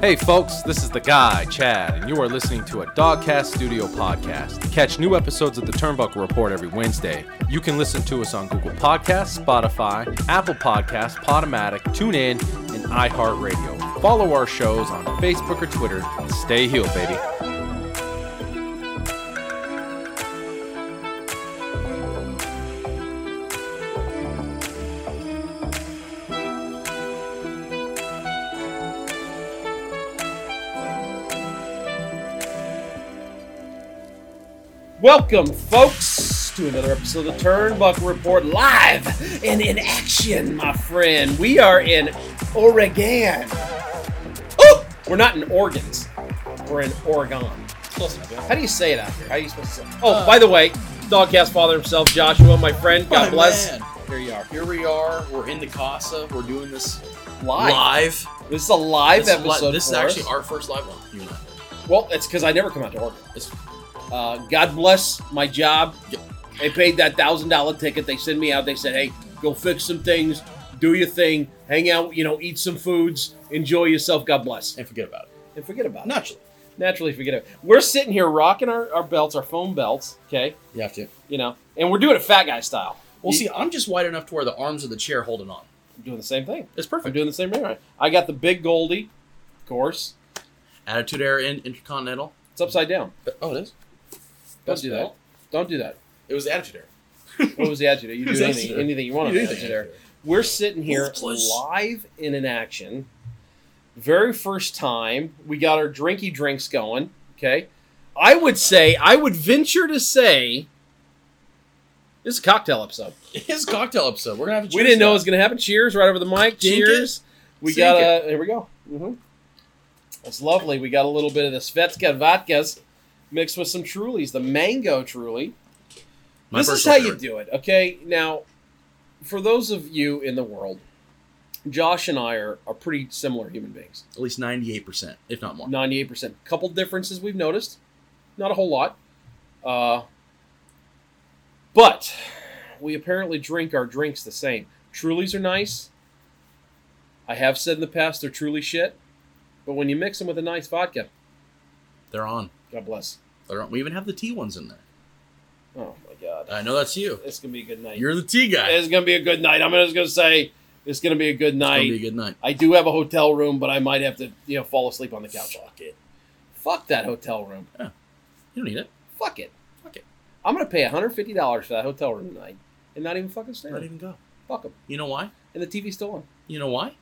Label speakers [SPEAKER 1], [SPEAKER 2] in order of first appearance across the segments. [SPEAKER 1] Hey, folks, this is the guy, Chad, and you are listening to a Dogcast Studio podcast. Catch new episodes of the Turnbuckle Report every Wednesday. You can listen to us on Google Podcasts, Spotify, Apple Podcasts, Podomatic, TuneIn, and iHeartRadio. Follow our shows on Facebook or Twitter and stay healed, baby.
[SPEAKER 2] Welcome, folks, to another episode of the Turnbuckle Report live and in action, my friend. We are in Oregon. Oh, we're not in Oregon's. We're in Oregon. How do you say it out here? How are you supposed to say? It? Oh,
[SPEAKER 3] Uh,
[SPEAKER 2] by the way, Dogcast father himself, Joshua, my friend. God
[SPEAKER 3] My
[SPEAKER 2] bless.
[SPEAKER 3] man.
[SPEAKER 2] Here you are.
[SPEAKER 3] Here we are. We're in the casa. We're doing this
[SPEAKER 2] Live.
[SPEAKER 3] live.
[SPEAKER 2] This is a live
[SPEAKER 3] This is li-
[SPEAKER 2] episode.
[SPEAKER 3] This is
[SPEAKER 2] for
[SPEAKER 3] actually
[SPEAKER 2] us.
[SPEAKER 3] our first live one. You and I.
[SPEAKER 2] well. It's because I never come out to Oregon.
[SPEAKER 3] It's-
[SPEAKER 2] Uh, God bless my job.
[SPEAKER 3] Yep.
[SPEAKER 2] They paid that thousand dollar ticket. They send me out. They said, "Hey, go fix some things, do your thing, hang out, you know, eat some foods, enjoy yourself. God bless."
[SPEAKER 3] and forget about
[SPEAKER 2] And forget about
[SPEAKER 3] it.
[SPEAKER 2] it.
[SPEAKER 3] Naturally,
[SPEAKER 2] Naturally, forget it. We're sitting here rocking our, our belts, our foam belts. Okay,
[SPEAKER 3] you have to.
[SPEAKER 2] you know, and we're doing it fat guy style.
[SPEAKER 3] Well,
[SPEAKER 2] You-
[SPEAKER 3] see, I'm just wide enough to where the arms of the chair holding on.
[SPEAKER 2] I'm doing the same thing.
[SPEAKER 3] It's
[SPEAKER 2] I'm
[SPEAKER 3] perfect.
[SPEAKER 2] doing the same thing. Right? I got the big Goldie, of course.
[SPEAKER 3] Attitude Era in Intercontinental.
[SPEAKER 2] It's upside down.
[SPEAKER 3] But- oh, it is.
[SPEAKER 2] Don't do that. Don't do that.
[SPEAKER 3] It was Attitude Era.
[SPEAKER 2] What was the adjective? You
[SPEAKER 3] It was
[SPEAKER 2] do anything,
[SPEAKER 3] adjective.
[SPEAKER 2] anything you want on the adjective there. We're sitting here
[SPEAKER 3] Move, please.
[SPEAKER 2] live and in an action. Very first time we got our drinky drinks going. Okay. I would say, I would venture to say, this is a cocktail episode.
[SPEAKER 3] His cocktail episode. We're gonna have a
[SPEAKER 2] we
[SPEAKER 3] cheers
[SPEAKER 2] didn't know it
[SPEAKER 3] now.
[SPEAKER 2] was going to happen. Cheers right over the mic.
[SPEAKER 3] Dink it.
[SPEAKER 2] Cheers. We
[SPEAKER 3] Sink
[SPEAKER 2] got a, here we go. Mm-hmm. It's lovely. We got a little bit of the Svetska Vodkas mixed with some Trulies, the mango Truly
[SPEAKER 3] My
[SPEAKER 2] this is how
[SPEAKER 3] personal
[SPEAKER 2] you
[SPEAKER 3] favorite.
[SPEAKER 2] do it, okay? Now, for those of you in the world, Josh and I are, are pretty similar human beings.
[SPEAKER 3] At least 98 percent, if not more.
[SPEAKER 2] 98%. Couple differences we've noticed. Not a whole lot. Uh, but we apparently drink our drinks the same. Trulies are nice. I have said in the past they're truly shit. But when you mix them with a nice vodka,
[SPEAKER 3] They're on.
[SPEAKER 2] God bless.
[SPEAKER 3] They're on. We even have the tea ones in there.
[SPEAKER 2] Oh my God.
[SPEAKER 3] I know that's you.
[SPEAKER 2] It's going to be a good night.
[SPEAKER 3] You're the tea guy.
[SPEAKER 2] It's going to be a good night. I'm just going to say it's going to be a good
[SPEAKER 3] It's
[SPEAKER 2] night.
[SPEAKER 3] gonna be a good night.
[SPEAKER 2] I do have a hotel room, but I might have to, you know, fall asleep on the couch.
[SPEAKER 3] Fuck it.
[SPEAKER 2] Fuck that hotel room.
[SPEAKER 3] You don't need it.
[SPEAKER 2] Fuck it.
[SPEAKER 3] Fuck it.
[SPEAKER 2] I'm gonna pay $150 for that hotel room tonight and not even fucking stay.
[SPEAKER 3] Not
[SPEAKER 2] there.
[SPEAKER 3] even go.
[SPEAKER 2] Fuck them.
[SPEAKER 3] You know why?
[SPEAKER 2] And the TV's still on.
[SPEAKER 3] You know why?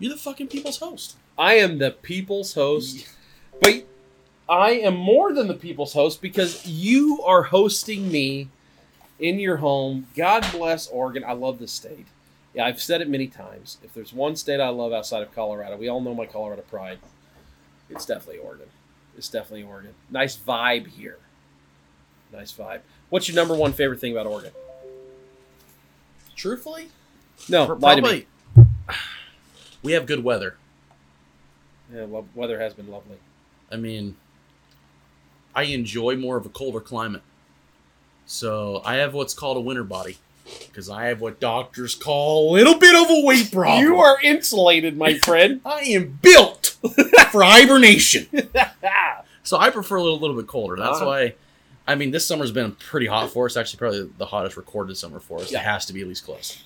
[SPEAKER 3] You're the fucking people's host.
[SPEAKER 2] I am the people's host, but I am more than the people's host because you are hosting me in your home. God bless Oregon. I love this state. Yeah, I've said it many times. If there's one state I love outside of Colorado, we all know my Colorado pride. It's definitely Oregon. It's definitely Oregon. Nice vibe here. Nice vibe. What's your number one favorite thing about Oregon?
[SPEAKER 3] Truthfully,
[SPEAKER 2] No,
[SPEAKER 3] Pro-
[SPEAKER 2] lie to me.
[SPEAKER 3] We have good weather.
[SPEAKER 2] Yeah, lo- weather has been lovely.
[SPEAKER 3] I mean, I enjoy more of a colder climate. So I have what's called a winter body, because I have what doctors call a little bit of a weight problem.
[SPEAKER 2] You are insulated, my friend.
[SPEAKER 3] I am built for hibernation. So I prefer a little, little bit colder. That's
[SPEAKER 2] Ah.
[SPEAKER 3] why. I mean, this summer's been pretty hot for us. Actually, probably the hottest recorded summer for us.
[SPEAKER 2] Yeah.
[SPEAKER 3] It has to be at least close.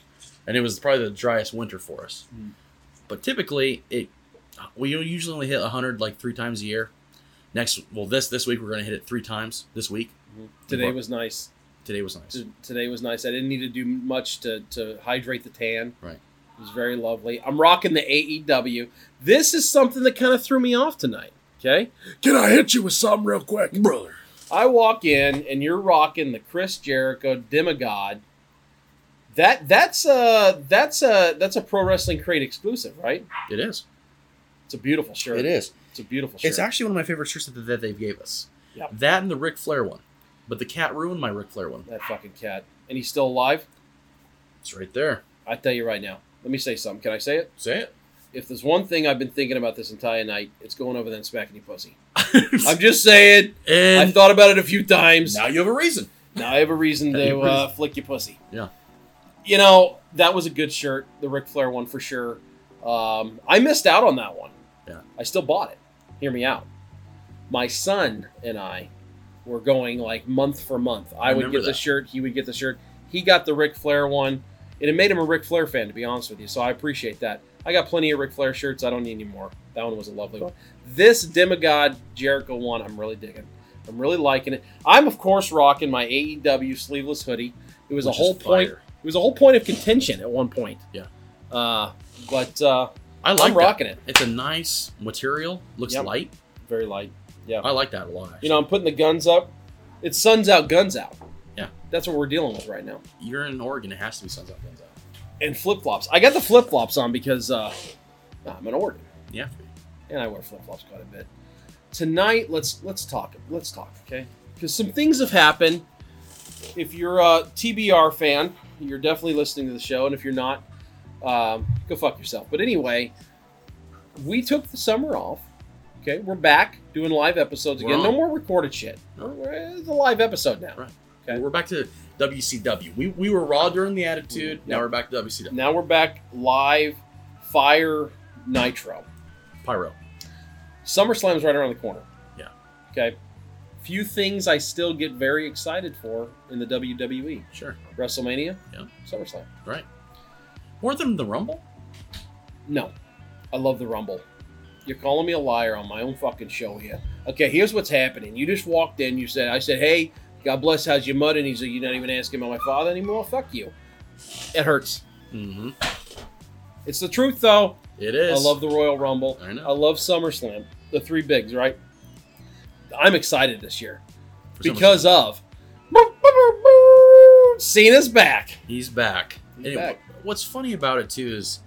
[SPEAKER 3] And it was probably the driest winter for us.
[SPEAKER 2] Mm.
[SPEAKER 3] But typically, it we usually only hit 100 like three times a year. Next, well, this this week we're going to hit it three times. This week,
[SPEAKER 2] Today was nice.
[SPEAKER 3] today was nice.
[SPEAKER 2] T- Today was nice. I didn't need to do much to, to hydrate the tan.
[SPEAKER 3] Right.
[SPEAKER 2] It was very lovely. I'm rocking the AEW. This is something that kind of threw me off tonight. Okay.
[SPEAKER 3] Can I hit you with something real quick, brother?
[SPEAKER 2] I walk in and you're rocking the Chris Jericho demigod. That that's a that's a that's a pro wrestling crate exclusive, right?
[SPEAKER 3] It is.
[SPEAKER 2] It's a beautiful shirt.
[SPEAKER 3] It is.
[SPEAKER 2] It's a beautiful shirt.
[SPEAKER 3] It's actually one of my favorite shirts that, that they gave us.
[SPEAKER 2] Yep.
[SPEAKER 3] That and the Ric Flair one. But the cat ruined my Ric Flair one.
[SPEAKER 2] that fucking cat. And he's still alive.
[SPEAKER 3] It's right there.
[SPEAKER 2] I tell you right now. Let me say something. Can I say it?
[SPEAKER 3] Say it.
[SPEAKER 2] If there's one thing I've been thinking about this entire night, it's going over there and smacking your pussy. I'm just saying.
[SPEAKER 3] and
[SPEAKER 2] I've thought about it a few times.
[SPEAKER 3] Now you have a reason.
[SPEAKER 2] Now I have a reason
[SPEAKER 3] Now you
[SPEAKER 2] to
[SPEAKER 3] have a
[SPEAKER 2] uh, flick your pussy.
[SPEAKER 3] Yeah.
[SPEAKER 2] You know that was a good shirt, the Ric Flair one for sure. Um, I missed out on that one.
[SPEAKER 3] Yeah.
[SPEAKER 2] I still bought it. Hear me out. My son and I were going like month for month. I,
[SPEAKER 3] I
[SPEAKER 2] would
[SPEAKER 3] remember
[SPEAKER 2] get the
[SPEAKER 3] that.
[SPEAKER 2] shirt, he would get the shirt. He got the Ric Flair one, and it made him a Ric Flair fan, to be honest with you. So I appreciate that. I got plenty of Ric Flair shirts. I don't need any more. That one was a lovely one. This Demigod Jericho one, I'm really digging. I'm really liking it. I'm of course rocking my AEW sleeveless hoodie. It was
[SPEAKER 3] Which
[SPEAKER 2] a
[SPEAKER 3] is
[SPEAKER 2] whole point.
[SPEAKER 3] fire.
[SPEAKER 2] It was a whole point of contention at one point.
[SPEAKER 3] Yeah.
[SPEAKER 2] Uh, but uh,
[SPEAKER 3] I like
[SPEAKER 2] I'm
[SPEAKER 3] that.
[SPEAKER 2] rocking it.
[SPEAKER 3] It's a nice material. Looks
[SPEAKER 2] Yep.
[SPEAKER 3] light.
[SPEAKER 2] Very light. Yeah.
[SPEAKER 3] I like that a lot.
[SPEAKER 2] You know, I'm putting the guns up. It's suns out, guns out.
[SPEAKER 3] Yeah.
[SPEAKER 2] That's what we're dealing with right now.
[SPEAKER 3] you're in Oregon. It has to be suns up, guns out.
[SPEAKER 2] And flip flops. I got the flip flops on because uh, I'm an Oregon
[SPEAKER 3] Yeah.
[SPEAKER 2] and I wear flip flops quite a bit. Tonight, let's let's talk. Let's talk, okay? Because some things have happened. If you're a TBR fan, you're definitely listening to the show, and if you're not, um, go fuck yourself. But anyway, we took the summer off. Okay, we're back doing live episodes
[SPEAKER 3] We're
[SPEAKER 2] again. No
[SPEAKER 3] on.
[SPEAKER 2] more recorded shit.
[SPEAKER 3] No.
[SPEAKER 2] We're- It's a live episode now.
[SPEAKER 3] Right.
[SPEAKER 2] Okay.
[SPEAKER 3] We're back to WCW. We, we were Raw during the Attitude. Now
[SPEAKER 2] Mm-hmm. Yep.
[SPEAKER 3] we're back to WCW.
[SPEAKER 2] Now we're back live, fire, nitro.
[SPEAKER 3] Pyro.
[SPEAKER 2] SummerSlam's right around the corner.
[SPEAKER 3] Yeah.
[SPEAKER 2] Okay. Few things I still get very excited for in the WWE
[SPEAKER 3] Sure.
[SPEAKER 2] WrestleMania.
[SPEAKER 3] Yeah.
[SPEAKER 2] SummerSlam.
[SPEAKER 3] Right. More than the Rumble?
[SPEAKER 2] No, I love the Rumble. You're calling me a liar on my own fucking show here. Okay, here's what's happening. You just walked in. You said, I said, hey, God bless, how's your mud? And he's like, you're not even asking about my father anymore. Fuck you. It hurts.
[SPEAKER 3] Mm-hmm.
[SPEAKER 2] It's the truth, though.
[SPEAKER 3] It is.
[SPEAKER 2] I love the Royal Rumble.
[SPEAKER 3] I know.
[SPEAKER 2] I love SummerSlam. The three bigs, right? I'm excited this year
[SPEAKER 3] For some
[SPEAKER 2] because of Cena's back.
[SPEAKER 3] reason. he's back.
[SPEAKER 2] He's
[SPEAKER 3] anyway, what's funny about it too is,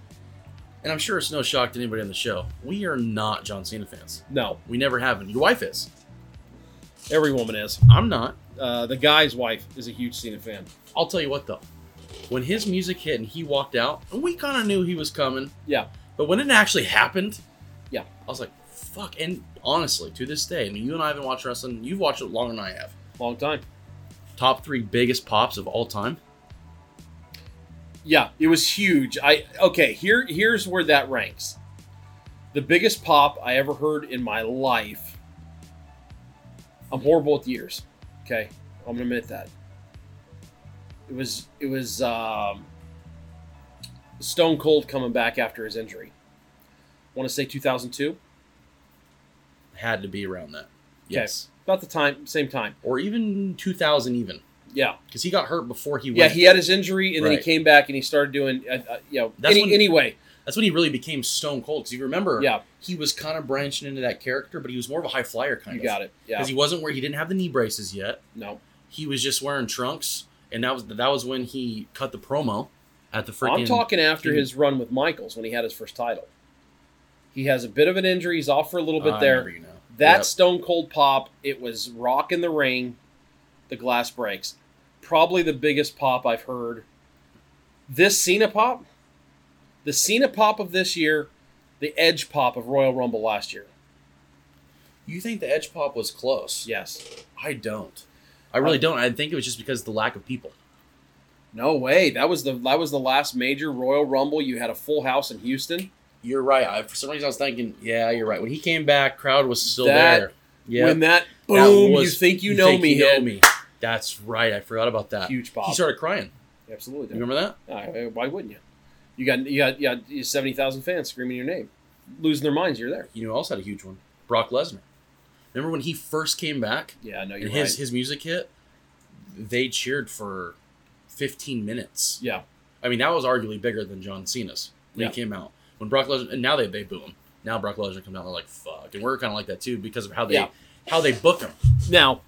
[SPEAKER 3] and I'm sure it's no shock to anybody on the show, we are not John Cena fans.
[SPEAKER 2] No,
[SPEAKER 3] We never have been. Your wife is.
[SPEAKER 2] every woman is.
[SPEAKER 3] I'm not.
[SPEAKER 2] Uh, the guy's wife is a huge Cena fan.
[SPEAKER 3] I'll tell you what though, when his music hit and he walked out, and we kind of knew he was coming.
[SPEAKER 2] Yeah.
[SPEAKER 3] But when it actually happened,
[SPEAKER 2] Yeah.
[SPEAKER 3] I was like, fuck. And honestly, to this day, I mean, you and I have been watching wrestling. You've watched it longer than I have.
[SPEAKER 2] Long time.
[SPEAKER 3] Top three biggest pops of all time.
[SPEAKER 2] Yeah, it was huge. I okay. Here, here's where that ranks. The biggest pop I ever heard in my life. I'm horrible with years. Okay, I'm gonna admit that. It was it was um, Stone Cold coming back after his injury. want to say 2002.
[SPEAKER 3] Had to be around that. Yes.
[SPEAKER 2] About the time, same time.
[SPEAKER 3] Or even 2000, even
[SPEAKER 2] Yeah,
[SPEAKER 3] because he got hurt before he went.
[SPEAKER 2] yeah. He had his injury, and then he
[SPEAKER 3] Right.
[SPEAKER 2] came back, and he started doing, uh, uh, you know.
[SPEAKER 3] That's
[SPEAKER 2] any-
[SPEAKER 3] when-
[SPEAKER 2] anyway,
[SPEAKER 3] That's when he really became Stone Cold. Because you remember,
[SPEAKER 2] yeah.
[SPEAKER 3] he was kind of branching into that character, but he was more of a high flyer kind
[SPEAKER 2] You
[SPEAKER 3] of.
[SPEAKER 2] got it. Yeah.
[SPEAKER 3] Because he wasn't where he didn't have the knee braces yet.
[SPEAKER 2] no.
[SPEAKER 3] he was just wearing trunks, and that was that was when he cut the promo at the freaking.
[SPEAKER 2] I'm talking after his run with Michaels when he had his first title. He has a bit of an injury. He's off for a little bit
[SPEAKER 3] I
[SPEAKER 2] there.
[SPEAKER 3] remember you now.
[SPEAKER 2] That
[SPEAKER 3] Yep.
[SPEAKER 2] Stone Cold pop, it was rock in the ring, the glass breaks. Probably the biggest pop I've heard. This Cena pop, the Cena pop of this year, the Edge pop of Royal Rumble last year.
[SPEAKER 3] You think the Edge pop was close?
[SPEAKER 2] Yes.
[SPEAKER 3] I don't. I really don't. I think it was just because of the lack of people.
[SPEAKER 2] No way. That was the that was the last major Royal Rumble. You had a full house in Houston.
[SPEAKER 3] You're right. I, for some reason, I was thinking, yeah, you're right. When he came back, crowd was still
[SPEAKER 2] That-
[SPEAKER 3] there. Yeah,
[SPEAKER 2] When that
[SPEAKER 3] That
[SPEAKER 2] boom, you
[SPEAKER 3] was-
[SPEAKER 2] think you, know
[SPEAKER 3] think
[SPEAKER 2] me,
[SPEAKER 3] You know
[SPEAKER 2] hit.
[SPEAKER 3] me. That's right. I forgot about that.
[SPEAKER 2] Huge pop.
[SPEAKER 3] He started crying.
[SPEAKER 2] Absolutely.
[SPEAKER 3] You remember that?
[SPEAKER 2] Uh, why wouldn't you? You got you got you got seventy thousand fans screaming your name, losing their minds. You're there.
[SPEAKER 3] You know, who else had a huge one. Brock Lesnar. Remember when he first came back?
[SPEAKER 2] Yeah, I know you're
[SPEAKER 3] and his
[SPEAKER 2] right.
[SPEAKER 3] his music hit, they cheered for 15 minutes.
[SPEAKER 2] yeah,
[SPEAKER 3] I mean, that was arguably bigger than John Cena's when
[SPEAKER 2] Yeah.
[SPEAKER 3] he came out. When Brock Lesnar, and now they they boo him. Now Brock Lesnar comes out, they're like, "Fuck," and we're kind of like that too because of how they
[SPEAKER 2] Yeah.
[SPEAKER 3] how they book him.
[SPEAKER 2] Now,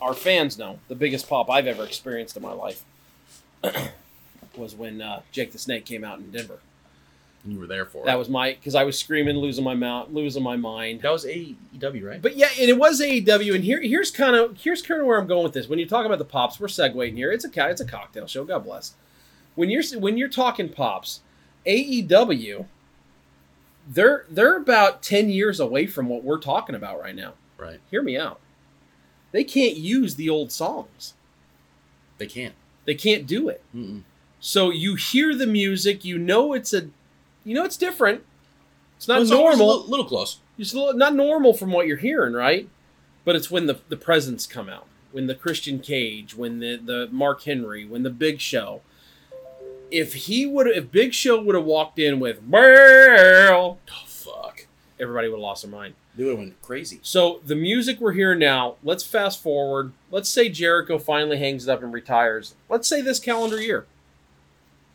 [SPEAKER 2] our fans know the biggest pop I've ever experienced in my life was when uh, Jake the Snake came out in Denver.
[SPEAKER 3] And you were there for
[SPEAKER 2] That
[SPEAKER 3] it.
[SPEAKER 2] was my because I was screaming, losing my mouth, losing my mind.
[SPEAKER 3] That was AEW, right?
[SPEAKER 2] But yeah, and it was AEW, and here here's kind of here's kind of where I'm going with this. When you talk about the pops, we're segueing here. It's a co- it's a cocktail show. God bless. When you're when you're talking pops, AEW, they're they're about ten years away from what we're talking about right now.
[SPEAKER 3] right.
[SPEAKER 2] Hear me out. They can't use the old songs.
[SPEAKER 3] They can't.
[SPEAKER 2] They can't do it.
[SPEAKER 3] Mm-mm.
[SPEAKER 2] So you hear the music, you know it's a, you know it's different, It's not
[SPEAKER 3] It's always a
[SPEAKER 2] normal.
[SPEAKER 3] little, little close.
[SPEAKER 2] It's a little- not normal from what you're hearing, right? But it's when the the presents come out, when the Christian Cage, when the the Mark Henry, when the Big Show. If he would, if Big Show would have walked in with "Well,"
[SPEAKER 3] Oh fuck!
[SPEAKER 2] everybody would have lost their mind.
[SPEAKER 3] They would have went crazy.
[SPEAKER 2] So the music we're hearing now, let's fast forward. Let's say Jericho finally hangs it up and retires. Let's say this calendar year.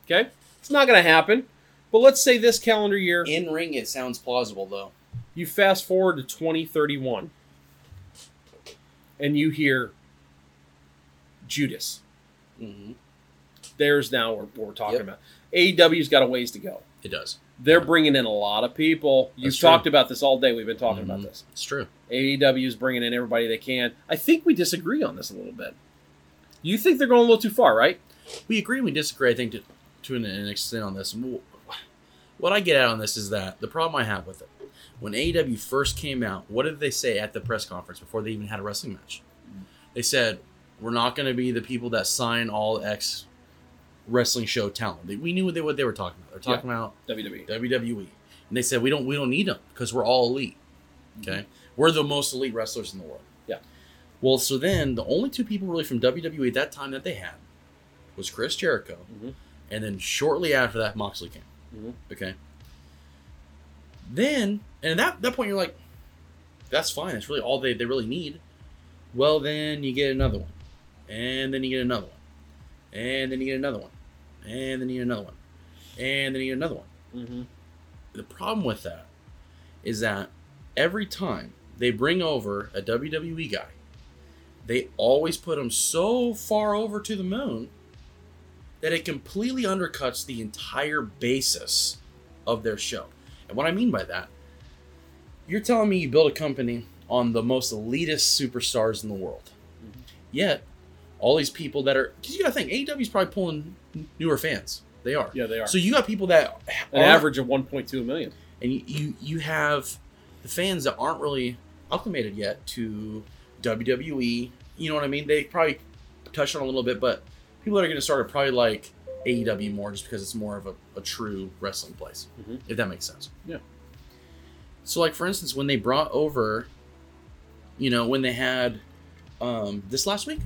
[SPEAKER 2] Okay? It's not going to happen. But let's say this calendar year,
[SPEAKER 3] In ring, it sounds plausible though.
[SPEAKER 2] you fast forward to 2031 and you hear Judas.
[SPEAKER 3] Mm-hmm.
[SPEAKER 2] There's now what we're talking
[SPEAKER 3] Yep.
[SPEAKER 2] about. AEW's got a ways to go.
[SPEAKER 3] It does.
[SPEAKER 2] They're bringing in a lot of people. You've
[SPEAKER 3] That's true.
[SPEAKER 2] talked about this all day. We've been talking about
[SPEAKER 3] Mhm.
[SPEAKER 2] this.
[SPEAKER 3] It's true.
[SPEAKER 2] AEW is bringing in everybody they can. I think we disagree on this a little bit. You think they're going a little too far, right?
[SPEAKER 3] We agree and we disagree. I think to to an, an extent on this. Wh- What I get out on this is that the problem I have with it, when AEW first came out, what did they say at the press conference before they even had a wrestling match? They said we're not going to be the people that sign all ex wrestling show talent. They- We knew what they what they were talking about. They're talking about
[SPEAKER 2] WWE.
[SPEAKER 3] WWE, E. and they said we don't we don't need them because we're all elite. Okay, we're the most elite wrestlers in the world.
[SPEAKER 2] Yeah.
[SPEAKER 3] Well, so then the only two people really from WWE at that time that they had was Chris Jericho,
[SPEAKER 2] Mhm.
[SPEAKER 3] and then shortly after that Moxley came.
[SPEAKER 2] Mhm.
[SPEAKER 3] Okay. Then and at that that point you're like, that's fine. That's really all they they really need. Well, then you get another one, and then you get another one, and then you get another one, and then you get another one, and then you get another one
[SPEAKER 2] Mm-hmm.
[SPEAKER 3] the problem with that is that every time they bring over a WWE guy, they always put him so far over to the moon that it completely undercuts the entire basis of their show. And what I mean by that, you're telling me you build a company on the most elitist superstars in the world.
[SPEAKER 2] Mm-hmm.
[SPEAKER 3] Yet, all these people that are, because you gotta think, AEW's probably pulling newer fans. They are.
[SPEAKER 2] Yeah, they are.
[SPEAKER 3] So you got people that
[SPEAKER 2] An
[SPEAKER 3] aren't-
[SPEAKER 2] average of 1.2 million.
[SPEAKER 3] and you, you you have the fans that aren't really acclimated yet to WWE. You know what I mean? They probably touched on it a little bit, but people that are going to start are probably like AEW more just because it's more of a, a true wrestling place,
[SPEAKER 2] Mhm.
[SPEAKER 3] if that makes sense.
[SPEAKER 2] Yeah.
[SPEAKER 3] So, like for instance, when they brought over, you know, when they had um, this last week,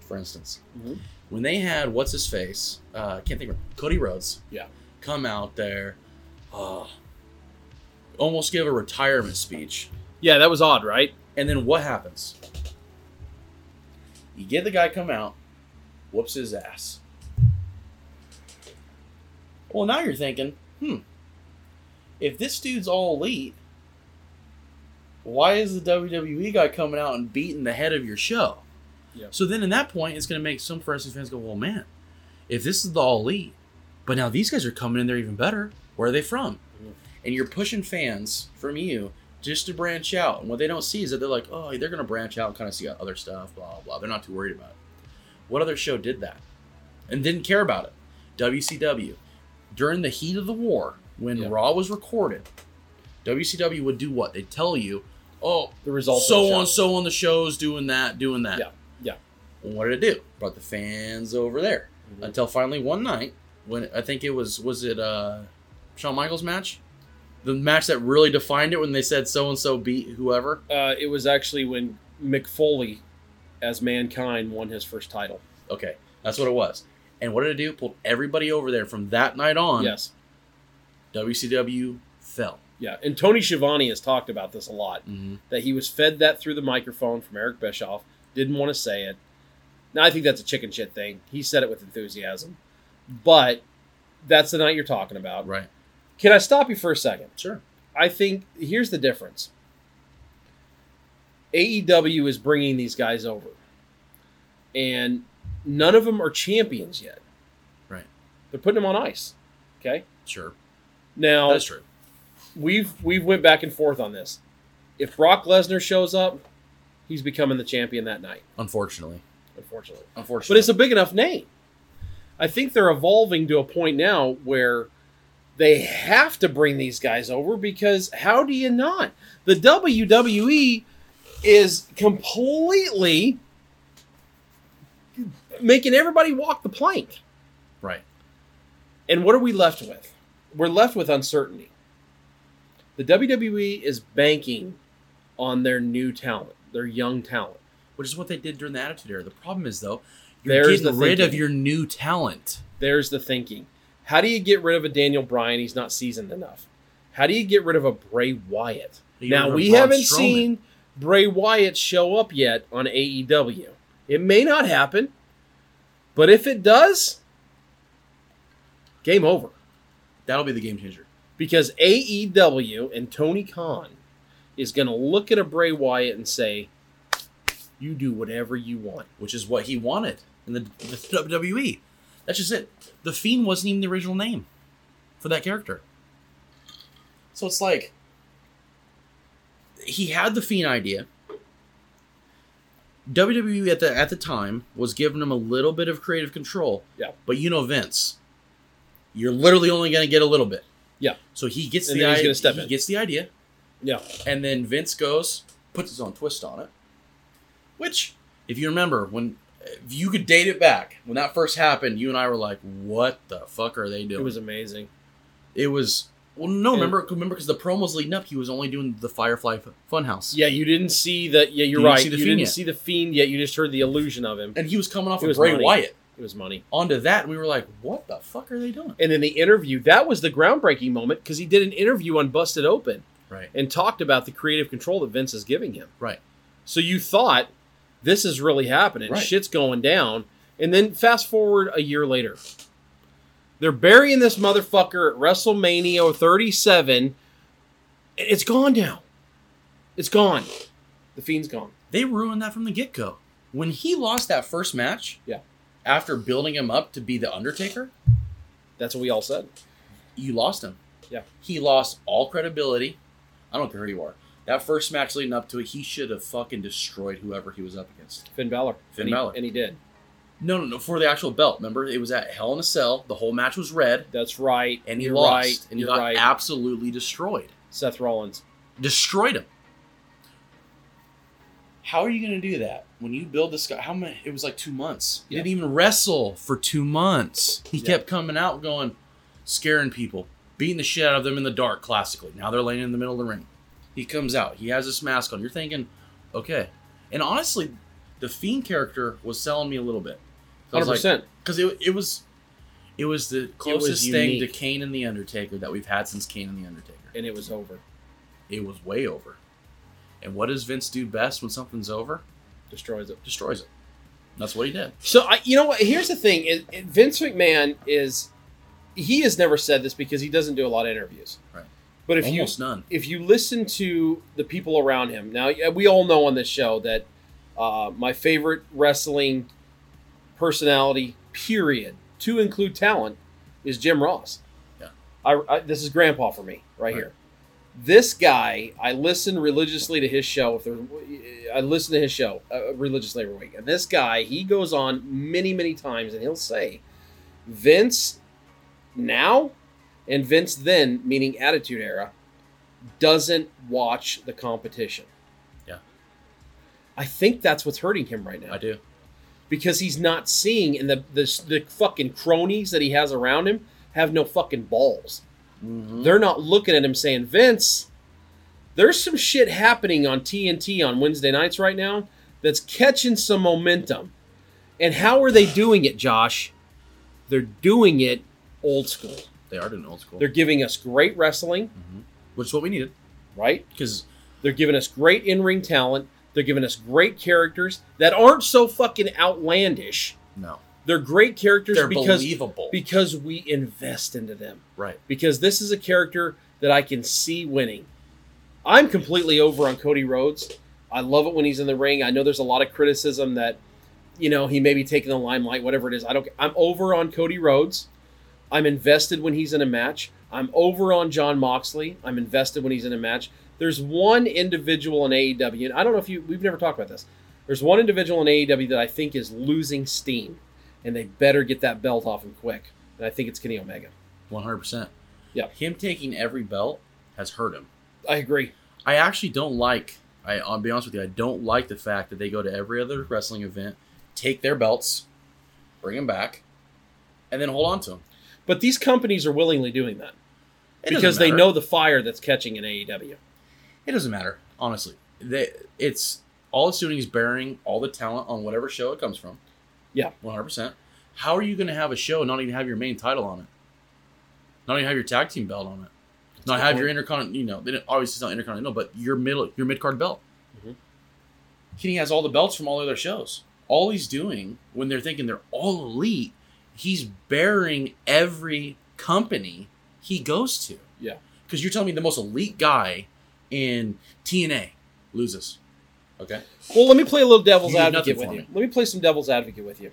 [SPEAKER 3] for instance,
[SPEAKER 2] Mhm.
[SPEAKER 3] when they had what's his face, uh, I can't think of it, Cody Rhodes,
[SPEAKER 2] Yeah.
[SPEAKER 3] come out there, uh, almost give a retirement speech.
[SPEAKER 2] Yeah, that was odd, right?
[SPEAKER 3] And then what happens? You get the guy come out, whoops his ass. Well, now you're thinking, hmm, if this dude's all elite, why is the WWE guy coming out and beating the head of your show?
[SPEAKER 2] Yeah.
[SPEAKER 3] So then, in that point, it's going to make some wrestling fans go, "Well, man, if this is the all elite, but now these guys are coming in, they're even better. Where are they from?"
[SPEAKER 2] Mhm.
[SPEAKER 3] And you're pushing fans from you just to branch out. And what they don't see is that they're like, "Oh, they're going to branch out, and kind of see other stuff, blah blah." They're not too worried about it. What other show did that and didn't care about it? WCW. During the heat of the war, when
[SPEAKER 2] Yeah.
[SPEAKER 3] Raw was recorded, WCW would do what? They'd tell you, "Oh,
[SPEAKER 2] The result.
[SPEAKER 3] so
[SPEAKER 2] of the
[SPEAKER 3] on, so on the shows, doing that, doing that.
[SPEAKER 2] Yeah, yeah.
[SPEAKER 3] And what did it do? Brought the fans over there
[SPEAKER 2] Mhm.
[SPEAKER 3] until finally one night when I think it was was it uh Shawn Michaels match, the match that really defined it when they said so and so beat whoever.
[SPEAKER 2] Uh, it was actually when Mick Foley, as Mankind, won his first title.
[SPEAKER 3] Okay, that's what it was. And what did it do? Pulled everybody over there from that night on.
[SPEAKER 2] Yes.
[SPEAKER 3] WCW fell.
[SPEAKER 2] Yeah. And Tony Schiavone has talked about this a lot.
[SPEAKER 3] Mm-hmm.
[SPEAKER 2] that he was fed that through the microphone from Eric Bischoff. Didn't want to say it. Now I think that's a chicken shit thing. He said it with enthusiasm, but that's the night you're talking about.
[SPEAKER 3] Right.
[SPEAKER 2] Can I stop you for a second?
[SPEAKER 3] Sure.
[SPEAKER 2] I think here's the difference. AEW is bringing these guys over, and none of them are champions yet.
[SPEAKER 3] Right.
[SPEAKER 2] They're putting them on ice. Okay.
[SPEAKER 3] Sure.
[SPEAKER 2] Now
[SPEAKER 3] That's true.
[SPEAKER 2] we've we've went back and forth on this. If Brock Lesnar shows up, he's becoming the champion that night,
[SPEAKER 3] Unfortunately.
[SPEAKER 2] unfortunately.
[SPEAKER 3] Unfortunately.
[SPEAKER 2] But it's a big enough name. I think they're evolving to a point now where they have to bring these guys over because how do you not? The WWE is completely making everybody walk the plank.
[SPEAKER 3] right.
[SPEAKER 2] And what are we left with? We're left with uncertainty. The WWE is banking on their new talent, their young talent.
[SPEAKER 3] which is what they did during the Attitude Era. The problem is though, you're
[SPEAKER 2] There's
[SPEAKER 3] getting
[SPEAKER 2] the
[SPEAKER 3] rid of
[SPEAKER 2] thinking.
[SPEAKER 3] your new talent.
[SPEAKER 2] There's the thinking. How do you get rid of a Daniel Bryan? He's not seasoned enough. How do you get rid of a Bray Wyatt?
[SPEAKER 3] You're
[SPEAKER 2] now
[SPEAKER 3] rid of
[SPEAKER 2] we
[SPEAKER 3] Braun
[SPEAKER 2] haven't
[SPEAKER 3] Strowman.
[SPEAKER 2] seen Bray Wyatt show up yet on AEW. It may not happen, but if it does, game over.
[SPEAKER 3] that'll be the game changer.
[SPEAKER 2] Because AEW and Tony Khan is going to look at a Bray Wyatt and say, "You do whatever you want."
[SPEAKER 3] which is what he wanted in the, the WWE. That's just it. The Fiend wasn't even the original name for that character. So it's like he had the Fiend idea. WWE at the at the time was giving him a little bit of creative control.
[SPEAKER 2] Yeah.
[SPEAKER 3] But you know Vince, you're literally only going to get a little bit.
[SPEAKER 2] Yeah.
[SPEAKER 3] So he gets
[SPEAKER 2] And
[SPEAKER 3] the
[SPEAKER 2] then he's
[SPEAKER 3] idea.
[SPEAKER 2] gonna step
[SPEAKER 3] he
[SPEAKER 2] in.
[SPEAKER 3] gets the idea.
[SPEAKER 2] Yeah.
[SPEAKER 3] And then Vince goes, puts his own twist on it. Which, if you remember, when if you could date it back, when that first happened, you and I were like, what the fuck are they doing?
[SPEAKER 2] It was amazing.
[SPEAKER 3] It was- well, no,
[SPEAKER 2] And-
[SPEAKER 3] remember, remember, because the promos leading up, he was only doing the Firefly F- Funhouse.
[SPEAKER 2] Yeah, you didn't see the. Yeah, you're
[SPEAKER 3] You didn't
[SPEAKER 2] right.
[SPEAKER 3] see the
[SPEAKER 2] you
[SPEAKER 3] Fiend
[SPEAKER 2] didn't
[SPEAKER 3] yet.
[SPEAKER 2] see the fiend yet. You just heard the illusion of him.
[SPEAKER 3] And he was coming off
[SPEAKER 2] It
[SPEAKER 3] of
[SPEAKER 2] was
[SPEAKER 3] Bray
[SPEAKER 2] money.
[SPEAKER 3] Wyatt
[SPEAKER 2] It was money.
[SPEAKER 3] onto that, and we were like, what the fuck are they doing?
[SPEAKER 2] And in the interview, that was the groundbreaking moment because he did an interview on Busted Open
[SPEAKER 3] Right.
[SPEAKER 2] and talked about the creative control that Vince is giving him.
[SPEAKER 3] Right.
[SPEAKER 2] So you thought this is really happening.
[SPEAKER 3] Right.
[SPEAKER 2] Shit's going down. And then fast forward a year later. They're burying this motherfucker at WrestleMania 37. and It's gone now. It's gone. The Fiend's gone.
[SPEAKER 3] They ruined that from the get go. When he lost that first match,
[SPEAKER 2] Yeah.
[SPEAKER 3] after building him up to be the Undertaker,
[SPEAKER 2] That's what we all said.
[SPEAKER 3] you lost him.
[SPEAKER 2] Yeah.
[SPEAKER 3] He lost all credibility. I don't care who you are. That first match leading up to it, he should have fucking destroyed whoever he was up against.
[SPEAKER 2] Finn Balor.
[SPEAKER 3] Finn
[SPEAKER 2] and he-
[SPEAKER 3] Balor.
[SPEAKER 2] and he did.
[SPEAKER 3] No, no, no. For the actual belt, remember it was at Hell in a Cell. The whole match was red,
[SPEAKER 2] That's right.
[SPEAKER 3] and he
[SPEAKER 2] You're
[SPEAKER 3] lost,
[SPEAKER 2] Right.
[SPEAKER 3] and he
[SPEAKER 2] You're
[SPEAKER 3] got
[SPEAKER 2] right.
[SPEAKER 3] absolutely destroyed.
[SPEAKER 2] Seth Rollins.
[SPEAKER 3] Destroyed him. How are you going to do that when you build this guy? How many? It was like two months. He
[SPEAKER 2] Yeah.
[SPEAKER 3] didn't even wrestle for two months. He
[SPEAKER 2] Yeah.
[SPEAKER 3] kept coming out, going, scaring people, beating the shit out of them in the dark. Classically, now they're laying in the middle of the ring. He comes out. He has this mask on. You're thinking, okay. And honestly, the fiend character was selling me a little bit. I
[SPEAKER 2] Hundred
[SPEAKER 3] was like,
[SPEAKER 2] percent.
[SPEAKER 3] because it, it was it was the closest thing to
[SPEAKER 2] unique.
[SPEAKER 3] Kane and the Undertaker that we've had since Kane and the Undertaker.
[SPEAKER 2] And it was over.
[SPEAKER 3] It was way over. And what does Vince do best when something's over?
[SPEAKER 2] Destroys it.
[SPEAKER 3] Destroys it. That's what he did.
[SPEAKER 2] So I, you know what? Here's the thing: is, is Vince McMahon is he has never said this because he doesn't do a lot of interviews.
[SPEAKER 3] Right.
[SPEAKER 2] But if
[SPEAKER 3] Almost none.
[SPEAKER 2] you if you listen to the people around him, now yeah, we all know on this show that uh, my favorite wrestling personality, period, to include talent, is Jim Ross.
[SPEAKER 3] Yeah.
[SPEAKER 2] I, I this is Grandpa for me right,
[SPEAKER 3] Right.
[SPEAKER 2] here. This guy, I listen religiously to his show. If there, I listen to his show uh, religiously every week, and this guy, he goes on many, many times, and he'll say, "Vince now and Vince then, meaning Attitude Era, doesn't watch the competition."
[SPEAKER 3] Yeah.
[SPEAKER 2] I think that's what's hurting him right now
[SPEAKER 3] I do.
[SPEAKER 2] because he's not seeing, and the the, the fucking cronies that he has around him have no fucking balls.
[SPEAKER 3] Mm-hmm.
[SPEAKER 2] They're not looking at him saying, Vince, there's some shit happening on TNT on Wednesday nights right now that's catching some momentum. And how are they doing it, Josh? They're doing it old school.
[SPEAKER 3] They are doing old school,
[SPEAKER 2] They're giving us great wrestling,
[SPEAKER 3] Mm-hmm. which is what we needed
[SPEAKER 2] right?
[SPEAKER 3] because
[SPEAKER 2] They're giving us great in ring talent. They're giving us great characters that aren't so fucking outlandish.
[SPEAKER 3] no,
[SPEAKER 2] They're great characters
[SPEAKER 3] they're
[SPEAKER 2] because
[SPEAKER 3] believable,
[SPEAKER 2] because we invest into them.
[SPEAKER 3] right?
[SPEAKER 2] Because this is a character that I can see winning. I'm completely over on Cody Rhodes. I love it when he's in the ring. I know there's a lot of criticism that, you know, he may be taking the limelight, whatever it is. I don't. I'm over on Cody Rhodes. I'm invested when he's in a match. I'm over on John Moxley. I'm invested when he's in a match. There's one individual in AEW, and I don't know if you. We've never talked about this. There's one individual in AEW that I think is losing steam, and they better get that belt off him quick. And I think it's Kenny Omega.
[SPEAKER 3] One hundred percent.
[SPEAKER 2] Yeah.
[SPEAKER 3] him taking every belt has hurt him.
[SPEAKER 2] I agree.
[SPEAKER 3] I actually don't like. I, I'll be honest with you. I don't like the fact that they go to every other wrestling event, take their belts, bring them back, and then hold on to them.
[SPEAKER 2] But these companies are willingly doing that.
[SPEAKER 3] It doesn't
[SPEAKER 2] because they
[SPEAKER 3] matter.
[SPEAKER 2] know the fire that's catching in E AEW.
[SPEAKER 3] It doesn't matter, honestly. They, it's all it's doing is burying all the talent on whatever show it comes from.
[SPEAKER 2] Yeah.
[SPEAKER 3] one hundred percent. How are you going to have a show and not even have your main title on it? Not even have your tag team belt on it. Not
[SPEAKER 2] a good
[SPEAKER 3] have
[SPEAKER 2] point.
[SPEAKER 3] your intercontinental. You know, they didn't, obviously it's not intercontinental, but your middle, your mid card belt.
[SPEAKER 2] Mhm.
[SPEAKER 3] Kenny has all the belts from all the other shows. All he's doing when they're thinking they're all elite, he's burying every company he goes to.
[SPEAKER 2] Yeah.
[SPEAKER 3] Because you're telling me the most elite guy in TNA loses. Okay.
[SPEAKER 2] Well, let me play a little devil's
[SPEAKER 3] You did
[SPEAKER 2] advocate
[SPEAKER 3] nothing
[SPEAKER 2] with
[SPEAKER 3] for
[SPEAKER 2] you.
[SPEAKER 3] me.
[SPEAKER 2] Let me play some devil's advocate with you.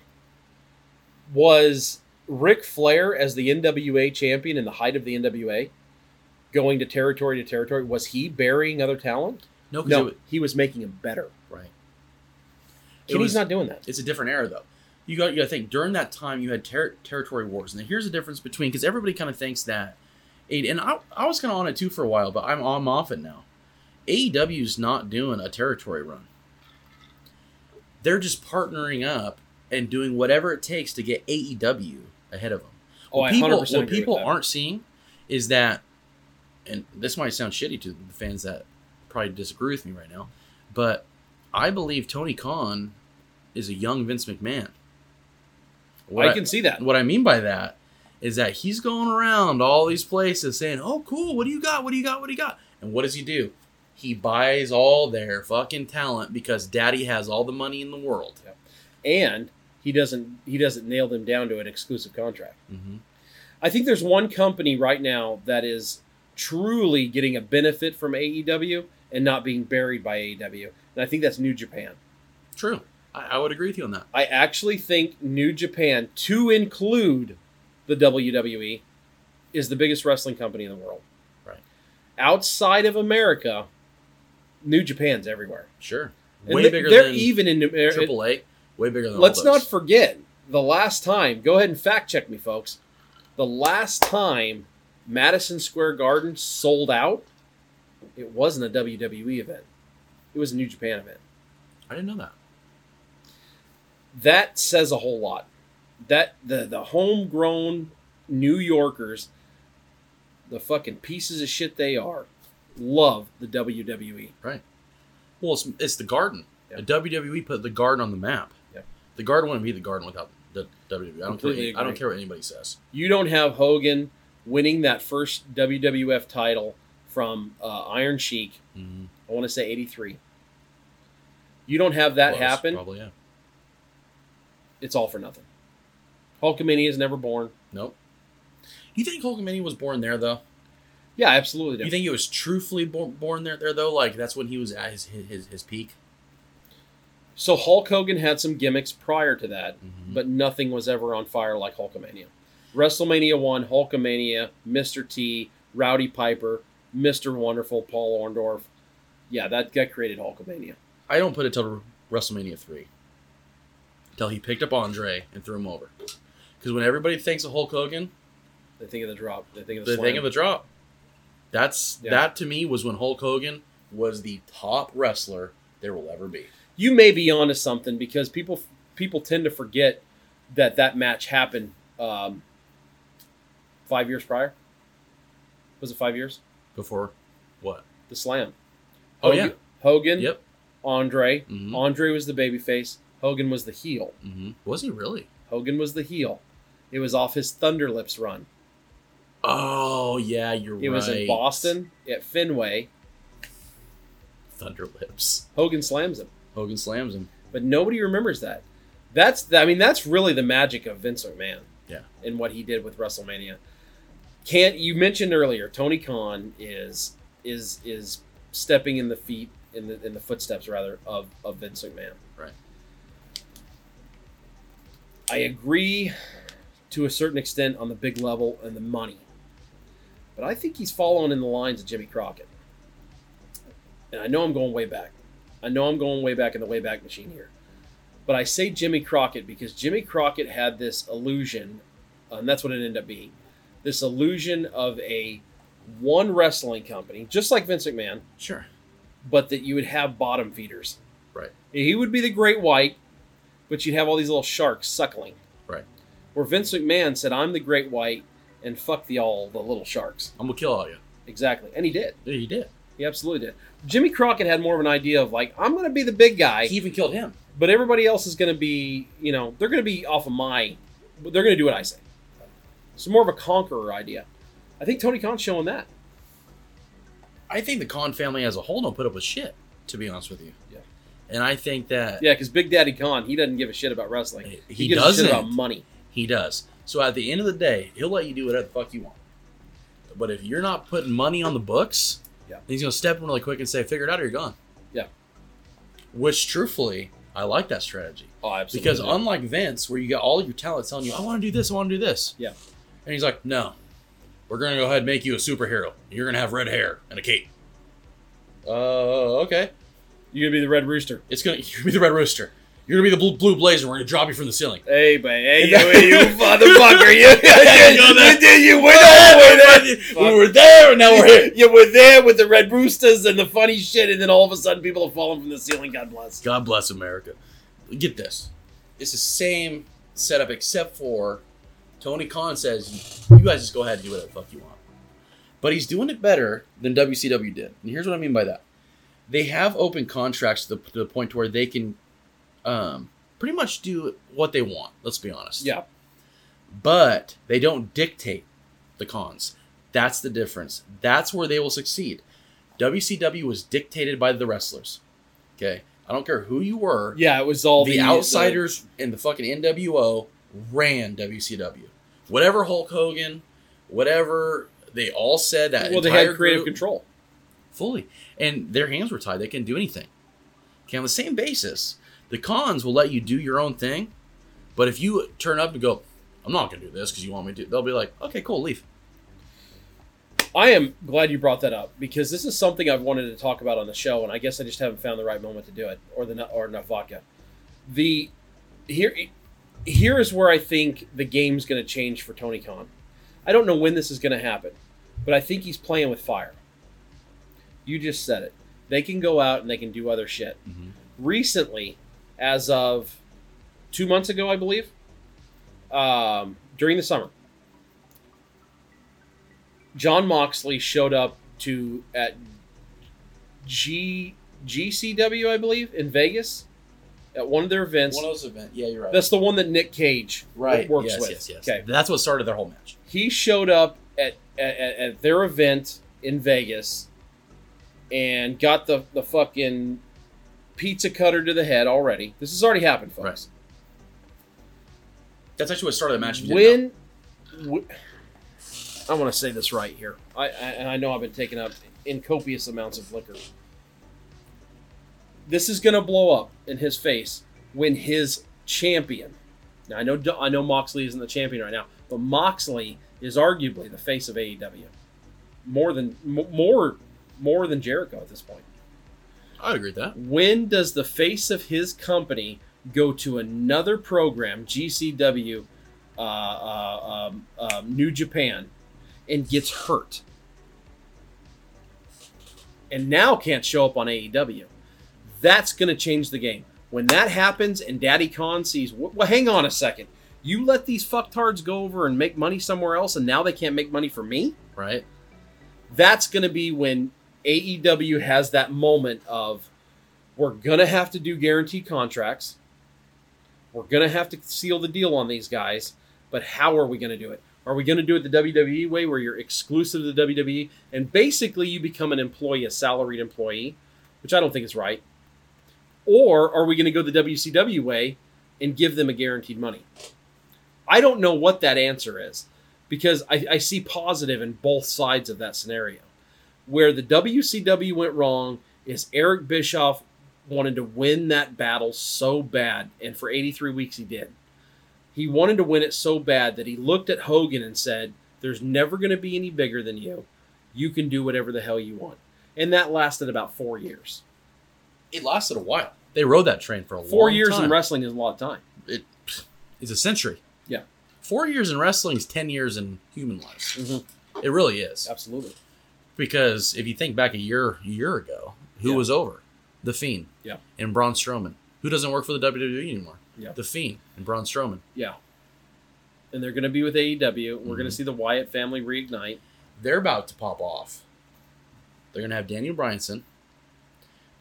[SPEAKER 2] Was Ric Flair as the NWA champion in the height of the NWA, going to territory to territory? Was he burying other talent?
[SPEAKER 3] No, 'cause it
[SPEAKER 2] No,
[SPEAKER 3] wa-
[SPEAKER 2] he was making him better.
[SPEAKER 3] right. It
[SPEAKER 2] Kenny's
[SPEAKER 3] was-
[SPEAKER 2] not doing that.
[SPEAKER 3] It's a different era though. You got you got to think during that time you had ter- territory wars, and here's the difference between because everybody kind of thinks that, and and I, I was kind of on it too for a while, but I'm I'm off it now. AEW's not doing a territory run. They're just partnering up and doing whatever it takes to get AEW ahead of them.
[SPEAKER 2] Oh,
[SPEAKER 3] what
[SPEAKER 2] I
[SPEAKER 3] people,
[SPEAKER 2] 100%
[SPEAKER 3] what
[SPEAKER 2] agree with
[SPEAKER 3] people
[SPEAKER 2] that.
[SPEAKER 3] aren't seeing is that, and this might sound shitty to the fans that probably disagree with me right now, but I believe Tony Khan is a young Vince McMahon. What
[SPEAKER 2] I can see that.
[SPEAKER 3] what I mean by that is that he's going around all these places saying, "Oh, cool, what do you got? What do you got? What do you got?" And what does he do? He buys all their fucking talent because Daddy has all the money in the world.
[SPEAKER 2] And he doesn't he doesn't nail them down to an exclusive contract.
[SPEAKER 3] Mm-hmm.
[SPEAKER 2] I think there's one company right now that is truly getting a benefit from AEW and not being buried by AEW. And I think that's New Japan.
[SPEAKER 3] True, I, I would agree with you on that.
[SPEAKER 2] I actually think New Japan, to include the WWE, is the biggest wrestling company in the world.
[SPEAKER 3] Right.
[SPEAKER 2] Outside of America, New Japan's everywhere.
[SPEAKER 3] Sure,
[SPEAKER 2] And
[SPEAKER 3] way
[SPEAKER 2] they-
[SPEAKER 3] bigger
[SPEAKER 2] they're
[SPEAKER 3] than
[SPEAKER 2] even in Amer-
[SPEAKER 3] Triple A, way bigger than. all
[SPEAKER 2] Let's not
[SPEAKER 3] those.
[SPEAKER 2] forget the last time. Go ahead and fact check me, folks. The last time Madison Square Garden sold out, it wasn't a WWE event. It was a New Japan event.
[SPEAKER 3] I didn't know that.
[SPEAKER 2] that says a whole lot. That the the homegrown New Yorkers, the fucking pieces of shit they are, love the E. WWE.
[SPEAKER 3] Well, it's, it's the Garden.
[SPEAKER 2] Yeah.
[SPEAKER 3] The WWE put the Garden on the map.
[SPEAKER 2] Yeah.
[SPEAKER 3] The Garden wouldn't be the Garden without the WWE. I don't care.
[SPEAKER 2] Completely
[SPEAKER 3] I don't
[SPEAKER 2] agree.
[SPEAKER 3] care what anybody says.
[SPEAKER 2] You don't have Hogan winning that first WWF title from uh, Iron Sheik.
[SPEAKER 3] Mm-hmm.
[SPEAKER 2] I want to say eighty three. You don't have that happen.
[SPEAKER 3] Probably yeah.
[SPEAKER 2] It's all for nothing. Hulkamania is never born.
[SPEAKER 3] Nope. You think Hulkamania was born there though?
[SPEAKER 2] Yeah, absolutely.
[SPEAKER 3] You think he was truthfully born, born there there though? Like that's when he was at his his, his, his peak.
[SPEAKER 2] So Hulk Hogan had some gimmicks prior to that.
[SPEAKER 3] Mm-hmm.
[SPEAKER 2] but nothing was ever on fire like Hulkamania. WrestleMania 1, Hulkamania, Mr. T, Rowdy Piper, Mr. Wonderful, Paul Orndorff. Yeah, that, that created Hulkamania.
[SPEAKER 3] I don't put it till WrestleMania three. Till he picked up Andre and threw him over. Because when everybody thinks of Hulk Hogan,
[SPEAKER 2] They think of the drop. They think of the,
[SPEAKER 3] the
[SPEAKER 2] slam.
[SPEAKER 3] thing of the drop. That's
[SPEAKER 2] Yeah.
[SPEAKER 3] that to me was when Hulk Hogan was the top wrestler there will ever be.
[SPEAKER 2] You may be onto something because people people tend to forget that that match happened um, five years prior. Was it five years?
[SPEAKER 3] Before what?
[SPEAKER 2] The slam.
[SPEAKER 3] Oh,
[SPEAKER 2] Hogan-
[SPEAKER 3] yeah.
[SPEAKER 2] Hogan,
[SPEAKER 3] Yep.
[SPEAKER 2] Andre.
[SPEAKER 3] Mhm.
[SPEAKER 2] Andre was the babyface. Hogan was the heel.
[SPEAKER 3] hmm Was he really?
[SPEAKER 2] Hogan was the heel. It was off his Thunderlips run.
[SPEAKER 3] Oh yeah, you're right.
[SPEAKER 2] It was in Boston at Fenway.
[SPEAKER 3] Thunder lips.
[SPEAKER 2] Hogan slams him,
[SPEAKER 3] Hogan slams him.
[SPEAKER 2] but nobody remembers that. That's I mean that's really the magic of Vince McMahon.
[SPEAKER 3] Yeah.
[SPEAKER 2] And what he did with WrestleMania. Can't you mentioned earlier Tony Khan is is is stepping in the feet in the in the footsteps rather of of Vince McMahon.
[SPEAKER 3] Right.
[SPEAKER 2] I agree to a certain extent on the big level and the money. But I think he's following in the lines of Jimmy Crockett. And I know I'm going way back. I know I'm going way back in the way back machine here. But I say Jimmy Crockett because Jimmy Crockett had this illusion, and that's what it ended up being this illusion of a one wrestling company, just like Vince McMahon,
[SPEAKER 3] Sure.
[SPEAKER 2] but that you would have bottom feeders.
[SPEAKER 3] Right.
[SPEAKER 2] He would be the great white, but you'd have all these little sharks suckling.
[SPEAKER 3] Right.
[SPEAKER 2] Where Vince McMahon said, I'm the great white, and fuck the all the little sharks.
[SPEAKER 3] I'm gonna kill all you.
[SPEAKER 2] Exactly, and he did.
[SPEAKER 3] Yeah, he did.
[SPEAKER 2] He absolutely did. Jimmy Crockett had more of an idea of like, I'm going to be the big guy,
[SPEAKER 3] He even killed him.
[SPEAKER 2] but everybody else is going to be, you know, they're going to be off of my, they're going to do what I say. It's more of a conqueror idea. I think Tony Khan's showing that.
[SPEAKER 3] I think the Khan family as a whole don't put up with shit. To be honest with you.
[SPEAKER 2] Yeah.
[SPEAKER 3] And I think that
[SPEAKER 2] Yeah, because Big Daddy Khan, he doesn't give a shit about wrestling.
[SPEAKER 3] he,
[SPEAKER 2] He, gives a
[SPEAKER 3] doesn't.
[SPEAKER 2] shit about money.
[SPEAKER 3] He does. So at the end of the day, he'll let you do whatever the fuck you want. But if you're not putting money on the books,
[SPEAKER 2] Yeah.
[SPEAKER 3] he's gonna step in really quick and say, "Figure it out, or you're gone."
[SPEAKER 2] Yeah.
[SPEAKER 3] Which, truthfully, I like that strategy
[SPEAKER 2] Oh, absolutely.
[SPEAKER 3] because unlike Vince, where you got all of your talent telling you, "I want to do this, I want to do this,"
[SPEAKER 2] Yeah.
[SPEAKER 3] and he's like, "No, we're gonna go ahead and make you a superhero. You're gonna have red hair and a cape." Uh, okay.
[SPEAKER 2] you're going to be the Red Rooster.
[SPEAKER 3] It's gonna you're gonna be the Red Rooster. You're gonna be the blue, blue blazer. We're gonna drop you from the ceiling.
[SPEAKER 2] Hey, man, hey, you, you motherfucker. You,
[SPEAKER 3] go there.
[SPEAKER 2] you, did- you went all the way there.
[SPEAKER 3] We were there, and now we're here.
[SPEAKER 2] you were there with the red roosters and the funny shit, and then all of a sudden people are falling from the ceiling. God bless.
[SPEAKER 3] God bless America. Get this. It's the same setup except for Tony Khan says you guys just go ahead and do whatever the fuck you want. But he's doing it better than WCW did. And here's what I mean by that. They have open contracts to the, to the point where they can um, pretty much do what they want, let's be honest.
[SPEAKER 2] Yeah,
[SPEAKER 3] But they don't dictate the cons. That's the difference. That's where they will succeed. WCW was dictated by the wrestlers. Okay? I don't care who you were
[SPEAKER 2] yeah, it was all
[SPEAKER 3] the,
[SPEAKER 2] the
[SPEAKER 3] outsiders and the fucking NWO ran WCW. Whatever Hulk Hogan, whatever they all said
[SPEAKER 2] the-
[SPEAKER 3] that
[SPEAKER 2] well, they
[SPEAKER 3] entire
[SPEAKER 2] had creative
[SPEAKER 3] group-
[SPEAKER 2] control.
[SPEAKER 3] fully, and their hands were tied. They couldn't do anything. Okay, on the same basis, the cons will let you do your own thing, but if you turn up and go, "I'm not going to do this because you want me to," they'll be like, "Okay, cool, leave."
[SPEAKER 2] I am glad you brought that up because this is something I've wanted to talk about on the show, and I guess I just haven't found the right moment to do it, or the or enough vodka. The here here is where I think the game's going to change for Tony Khan. I don't know when this is going to happen, but I think he's playing with fire. You just said it. They can go out and they can do other shit.
[SPEAKER 3] Mhm.
[SPEAKER 2] Recently, as of two months ago, I believe, um, during the summer, John Moxley showed up to at G GCW, I believe, in Vegas, at one of their events.
[SPEAKER 3] One of those events, yeah, you're right.
[SPEAKER 2] That's the one that Nick Cage
[SPEAKER 3] right,
[SPEAKER 2] works
[SPEAKER 3] yes,
[SPEAKER 2] with.
[SPEAKER 3] yes, yes.
[SPEAKER 2] Okay,
[SPEAKER 3] That's what started their whole match.
[SPEAKER 2] he showed up at, at at their event in Vegas and got the the fucking pizza cutter to the head already. This has already happened, folks.
[SPEAKER 3] That's actually what started the match. If you didn't know.
[SPEAKER 2] When w- I want to say this right here, I, I and I know I've been taking up in copious amounts of liquor. This is gonna blow up in his face when his champion. Now I know Do- I know Moxley isn't the champion right now, but Moxley is arguably the face of AEW, more than m- more more than Jericho at this point.
[SPEAKER 3] I agree with that.
[SPEAKER 2] When does the face of his company go to another program, GCW, uh, uh, um, um, New Japan, and gets hurt? And now can't show up on AEW. That's going to change the game. When that happens and Daddy Khan sees, "Wh- well, hang on a second. You let these fucktards go over and make money somewhere else, and now they can't make money for me?
[SPEAKER 3] Right.
[SPEAKER 2] that's going to be when AEW has that moment of we're going to have to do guaranteed contracts. We're going to have to seal the deal on these guys, but how are we going to do it? Are we going to do it the WWE way where you're exclusive to the WWE and basically you become an employee, a salaried employee, which I don't think is right? Or are we going to go the WCW way and give them a guaranteed money? I don't know what that answer is because I, I see positive in both sides of that scenario. Where the WCW went wrong is Eric Bischoff wanted to win that battle so bad, and for 83 weeks he did. He wanted to win it so bad that he looked at Hogan and said, There's never going to be any bigger than you. You can do whatever the hell you want. And that lasted about four years.
[SPEAKER 3] It lasted a while. They rode that train for a long
[SPEAKER 2] Four years
[SPEAKER 3] time.
[SPEAKER 2] in wrestling is a lot of time.
[SPEAKER 3] it is a century.
[SPEAKER 2] Yeah.
[SPEAKER 3] Four years in wrestling is 10 years in human life.
[SPEAKER 2] Mhm.
[SPEAKER 3] It really is.
[SPEAKER 2] Absolutely.
[SPEAKER 3] Because if you think back a year year ago, who
[SPEAKER 2] Yeah.
[SPEAKER 3] was over? The Fiend.
[SPEAKER 2] Yeah.
[SPEAKER 3] And Braun Strowman. Who doesn't work for the WWE E anymore?
[SPEAKER 2] Yeah.
[SPEAKER 3] The Fiend and Braun Strowman.
[SPEAKER 2] Yeah. and they're going to be with AEW. and We're going
[SPEAKER 3] Mhm.
[SPEAKER 2] to see the Wyatt family reignite.
[SPEAKER 3] They're about to pop off. They're gonna have Daniel Bryanson.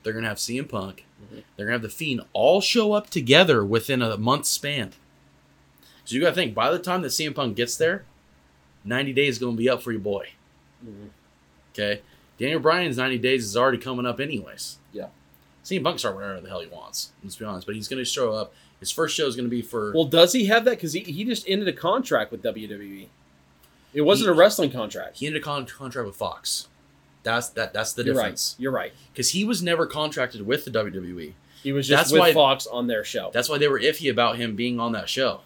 [SPEAKER 3] They're gonna have CM Punk.
[SPEAKER 2] Mhm.
[SPEAKER 3] They're gonna have the Fiend all show up together within a month span. So you gotta think by the time that CM Punk gets there, ninety days gonna be up for your boy. Okay. Daniel Bryan's 90 days is already coming up, anyways.
[SPEAKER 2] Yeah.
[SPEAKER 3] CM Punk can start whenever the hell he wants, let's be honest. But he's going to show up. His first show is going to be for.
[SPEAKER 2] Well, does he have that? Because he, he just ended a contract with WWE. It wasn't
[SPEAKER 3] He-
[SPEAKER 2] a wrestling contract.
[SPEAKER 3] he ended a con- contract with Fox. That's that. That's the
[SPEAKER 2] You're
[SPEAKER 3] difference.
[SPEAKER 2] right. You're right.
[SPEAKER 3] Because he was never contracted with the WWE.
[SPEAKER 2] He was just
[SPEAKER 3] That's
[SPEAKER 2] with
[SPEAKER 3] why-
[SPEAKER 2] Fox on their show,
[SPEAKER 3] That's why they were iffy about him being on that show.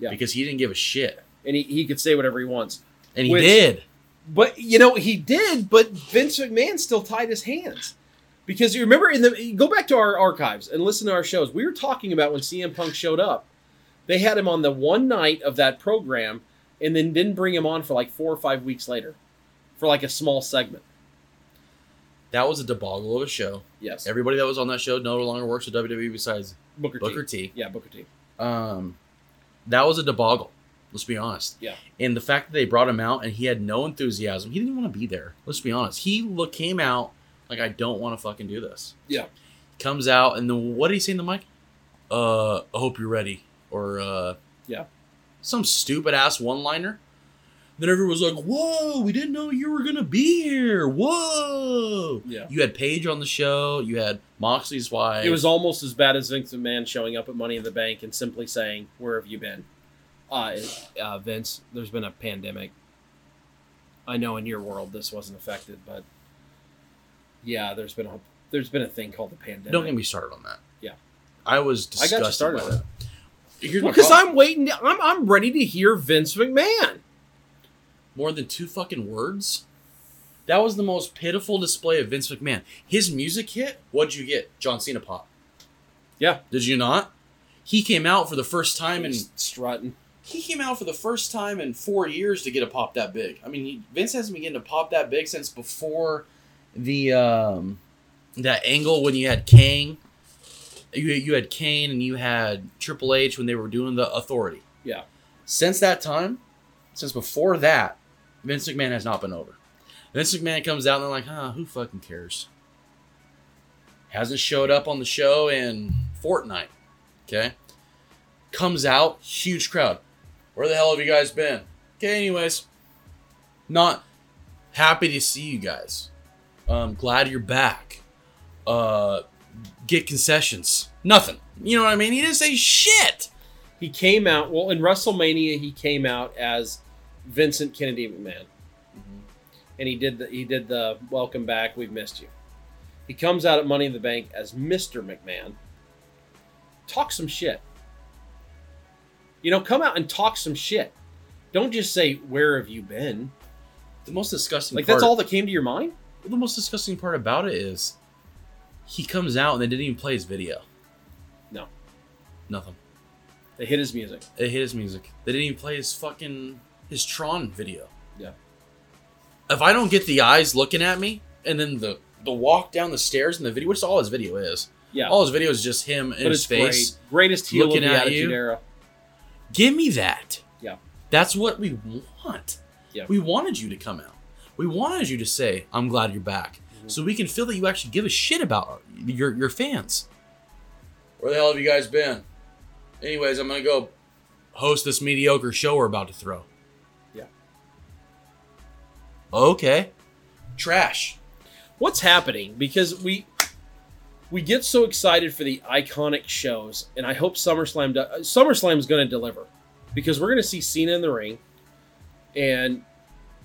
[SPEAKER 2] Yeah.
[SPEAKER 3] Because he didn't give a shit.
[SPEAKER 2] and he, he could say whatever he wants.
[SPEAKER 3] And he
[SPEAKER 2] Which-
[SPEAKER 3] did.
[SPEAKER 2] But you know he did, but Vince McMahon still tied his hands because you remember in the go back to our archives and listen to our shows. We were talking about when CM Punk showed up. They had him on the one night of that program, and then didn't bring him on for like four or five weeks later, for like a small segment.
[SPEAKER 3] That was a debacle of a show.
[SPEAKER 2] Yes,
[SPEAKER 3] Everybody that was on that show no longer works at WWE E besides
[SPEAKER 2] Booker,
[SPEAKER 3] Booker
[SPEAKER 2] T.
[SPEAKER 3] T.
[SPEAKER 2] Yeah, Booker T.
[SPEAKER 3] um, that was a debacle. Let's be honest.
[SPEAKER 2] Yeah.
[SPEAKER 3] And the fact that they brought him out and he had no enthusiasm, he didn't want to be there. Let's be honest. He look came out like I don't want to fucking do this.
[SPEAKER 2] Yeah.
[SPEAKER 3] Comes out and then what did he say in the mic? Uh, I hope you're ready. Or uh,
[SPEAKER 2] Yeah.
[SPEAKER 3] some stupid ass one liner. Then everyone was like, "Whoa, we didn't know you were gonna be here." Whoa.
[SPEAKER 2] Yeah.
[SPEAKER 3] You had Paige on the show. You had Moxley's wife.
[SPEAKER 2] It was almost as bad as Vince McMahon showing up at Money in the Bank and simply saying, "Where have you been?" Uh, uh, Vince, there's been a pandemic. I know in your world this wasn't affected, but yeah, there's been a there's been a thing called the pandemic.
[SPEAKER 3] Don't get me started on that.
[SPEAKER 2] Yeah.
[SPEAKER 3] I was
[SPEAKER 2] I
[SPEAKER 3] disgusted.
[SPEAKER 2] got you started
[SPEAKER 3] by
[SPEAKER 2] on
[SPEAKER 3] that.
[SPEAKER 2] that
[SPEAKER 3] Here's my
[SPEAKER 2] because
[SPEAKER 3] problem.
[SPEAKER 2] I'm waiting. to- I'm I'm ready to hear Vince McMahon.
[SPEAKER 3] more than two fucking words. That was the most pitiful display of Vince McMahon. His music hit. What'd you get? John Cena pop.
[SPEAKER 2] Yeah.
[SPEAKER 3] Did you not? He came out for the first time in
[SPEAKER 2] Just strutting.
[SPEAKER 3] he came out for the first time in four years to get a pop that big. I mean, he, Vince hasn't been getting a pop that big since before the um, that angle when you had Kane, you you had Kane and you had Triple H when they were doing the Authority.
[SPEAKER 2] Yeah.
[SPEAKER 3] Since that time, since before that, Vince McMahon has not been over. Vince McMahon comes out and they're like, huh, who fucking cares? Hasn't showed up on the show in Fortnite. Okay. Comes out, huge crowd. Where the hell have you guys been? Okay, anyways. Not happy to see you guys. Um, glad you're back. Uh get concessions. Nothing. You know what I mean? He didn't say shit.
[SPEAKER 2] He came out well in WrestleMania. He came out as Vincent Kennedy McMahon.
[SPEAKER 3] Mm-hmm.
[SPEAKER 2] and he did the he did the welcome back we've missed you he comes out at money in the bank as mr mcmahon talk some shit you know come out and talk some shit don't just say where have you been
[SPEAKER 3] The most disgusting
[SPEAKER 2] like
[SPEAKER 3] part
[SPEAKER 2] that's all that came to your mind
[SPEAKER 3] the most disgusting part about it is he comes out and they didn't even play his video.
[SPEAKER 2] No.
[SPEAKER 3] Nothing.
[SPEAKER 2] they hit his music
[SPEAKER 3] It hit his music. They didn't even play his fucking his Tron video.
[SPEAKER 2] Yeah.
[SPEAKER 3] If I don't get the eyes looking at me and then the the walk down the stairs and the video, which is all his video is.
[SPEAKER 2] yeah
[SPEAKER 3] All his video is just him Oh, in
[SPEAKER 2] but
[SPEAKER 3] his
[SPEAKER 2] it's
[SPEAKER 3] face.
[SPEAKER 2] great greatest heel
[SPEAKER 3] looking
[SPEAKER 2] of the
[SPEAKER 3] at
[SPEAKER 2] attitude
[SPEAKER 3] you.
[SPEAKER 2] era
[SPEAKER 3] Give me that.
[SPEAKER 2] Yeah.
[SPEAKER 3] That's what we want.
[SPEAKER 2] Yeah.
[SPEAKER 3] We wanted you to come out. We wanted you to say, I'm glad you're back.
[SPEAKER 2] Mhm.
[SPEAKER 3] So we can feel that you actually give a shit about our- your, your fans. Where the hell have you guys been? Anyways, I'm going to go host this mediocre show we're about to throw.
[SPEAKER 2] Yeah.
[SPEAKER 3] Okay. Trash.
[SPEAKER 2] what's happening because we we get so excited for the iconic shows and i hope summerslam do, uh, summerslam is going to deliver because we're going to see cena in the ring and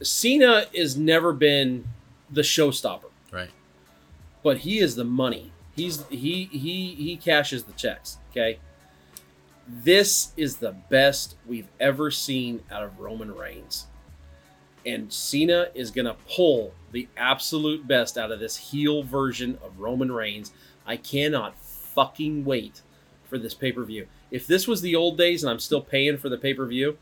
[SPEAKER 2] cena has never been the showstopper
[SPEAKER 3] Right.
[SPEAKER 2] but he is the money he's he he he cashes the checks okay this is the best we've ever seen out of roman reigns and Cena is going to pull the absolute best out of this heel version of Roman Reigns. I cannot fucking wait for this pay per view. If this was the old days and I'm still paying for the pay per view,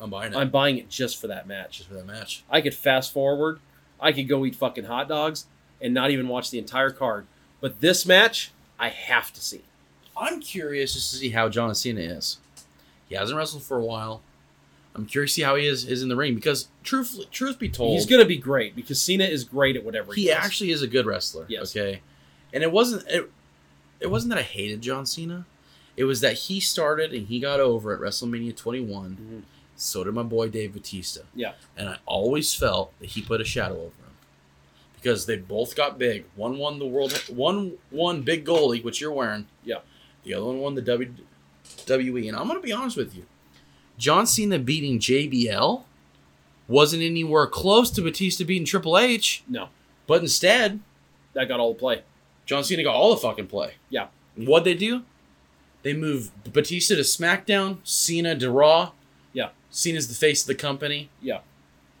[SPEAKER 3] I'm buying it.
[SPEAKER 2] I'm buying it just for that match.
[SPEAKER 3] just for that match.
[SPEAKER 2] I could fast forward, I could go eat fucking hot dogs and not even watch the entire card. But this match, I have to see.
[SPEAKER 3] I'm curious just to see how John Cena is. He hasn't wrestled for a while. I'm curious to see how he is is in the ring because truth truth be told,
[SPEAKER 2] He's gonna be great because Cena is great at whatever he,
[SPEAKER 3] he
[SPEAKER 2] does.
[SPEAKER 3] actually is a good wrestler.
[SPEAKER 2] Yes.
[SPEAKER 3] Okay. And it wasn't it, it wasn't that I hated John Cena. It was that he started and he got over at WrestleMania 21.
[SPEAKER 2] Mhm.
[SPEAKER 3] So did my boy Dave Batista.
[SPEAKER 2] Yeah.
[SPEAKER 3] And I always felt that he put a shadow over him. Because they both got big. One won the world one won big goalie, which you're wearing.
[SPEAKER 2] Yeah.
[SPEAKER 3] The other one won the WWE. And I'm gonna be honest with you. John Cena beating JBL wasn't anywhere close to Batista beating Triple H.
[SPEAKER 2] No,
[SPEAKER 3] But instead,
[SPEAKER 2] that got all the play.
[SPEAKER 3] John Cena got all the fucking play.
[SPEAKER 2] Yeah.
[SPEAKER 3] What'd they do? They moved Batista to SmackDown, Cena to Raw.
[SPEAKER 2] Yeah.
[SPEAKER 3] Cena's the face of the company.
[SPEAKER 2] Yeah.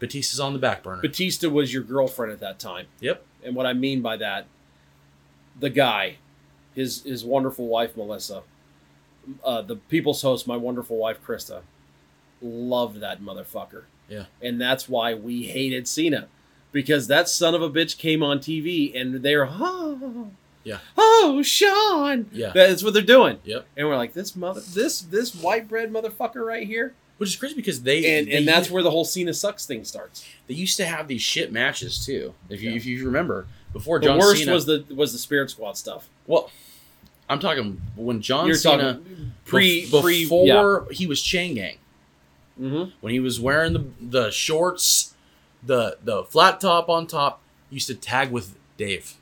[SPEAKER 3] Batista's on the back burner.
[SPEAKER 2] Batista was your girlfriend at that time.
[SPEAKER 3] yep.
[SPEAKER 2] And what I mean by that, the guy, his his wonderful wife Melissa, uh, the people's host, my wonderful wife Krista, loved that motherfucker.
[SPEAKER 3] Yeah.
[SPEAKER 2] And that's why we hated Cena. Because that son of a bitch came on TV and they're oh
[SPEAKER 3] Yeah.
[SPEAKER 2] Oh Sean.
[SPEAKER 3] Yeah.
[SPEAKER 2] That's what they're doing.
[SPEAKER 3] Yep.
[SPEAKER 2] And we're like, this mother this this white bread motherfucker right here.
[SPEAKER 3] Which is crazy because they
[SPEAKER 2] And
[SPEAKER 3] they,
[SPEAKER 2] and that's where the whole Cena sucks thing starts.
[SPEAKER 3] they used to have these shit matches too. If you
[SPEAKER 2] Yeah.
[SPEAKER 3] if you remember before
[SPEAKER 2] The
[SPEAKER 3] John
[SPEAKER 2] worst
[SPEAKER 3] Cena
[SPEAKER 2] was the was the Spirit Squad stuff.
[SPEAKER 3] well, I'm talking when John
[SPEAKER 2] You're
[SPEAKER 3] Cena
[SPEAKER 2] talking pre
[SPEAKER 3] bef-
[SPEAKER 2] pre
[SPEAKER 3] before
[SPEAKER 2] yeah.
[SPEAKER 3] he was chain gang.
[SPEAKER 2] Mhm.
[SPEAKER 3] when he was wearing the the shorts, the the flat top on top, he used to tag with Dave.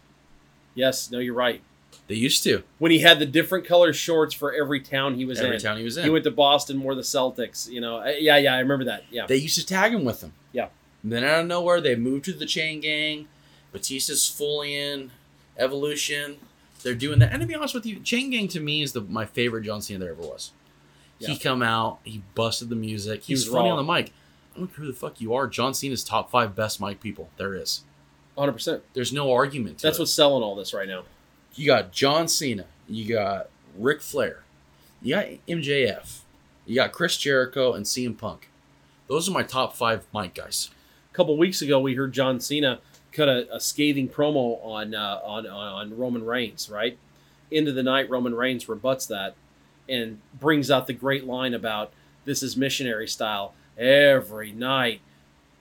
[SPEAKER 2] Yes, no, you're right.
[SPEAKER 3] They used to
[SPEAKER 2] When he had the different color shorts for every town he was
[SPEAKER 3] every
[SPEAKER 2] in.
[SPEAKER 3] town he was in.
[SPEAKER 2] He went to Boston, wore the Celtics. You know, Uh, yeah, yeah, I remember that. Yeah,
[SPEAKER 3] they used to tag him with him.
[SPEAKER 2] Yeah.
[SPEAKER 3] And then out of nowhere, they moved to the chain gang. Batista's fully in Evolution. They're doing that. And to be honest with you, chain gang to me is the my favorite John Cena there ever was.
[SPEAKER 2] Yeah.
[SPEAKER 3] He come out, he busted the music.
[SPEAKER 2] He
[SPEAKER 3] He's
[SPEAKER 2] was
[SPEAKER 3] funny
[SPEAKER 2] raw.
[SPEAKER 3] on the mic. I don't care who the fuck you are. John Cena's top five best mic people there is.
[SPEAKER 2] 100. percent
[SPEAKER 3] There's no argument. To
[SPEAKER 2] That's
[SPEAKER 3] it.
[SPEAKER 2] what's selling all this right now.
[SPEAKER 3] you got John Cena, you got Ric Flair, you got MJF, you got Chris Jericho and CM Punk. Those are my top five mic guys.
[SPEAKER 2] A couple weeks ago, we heard John Cena cut a, a scathing promo on, uh, on on on Roman Reigns. Right into the night, Roman Reigns rebuts that and brings out the great line about this is missionary style every night.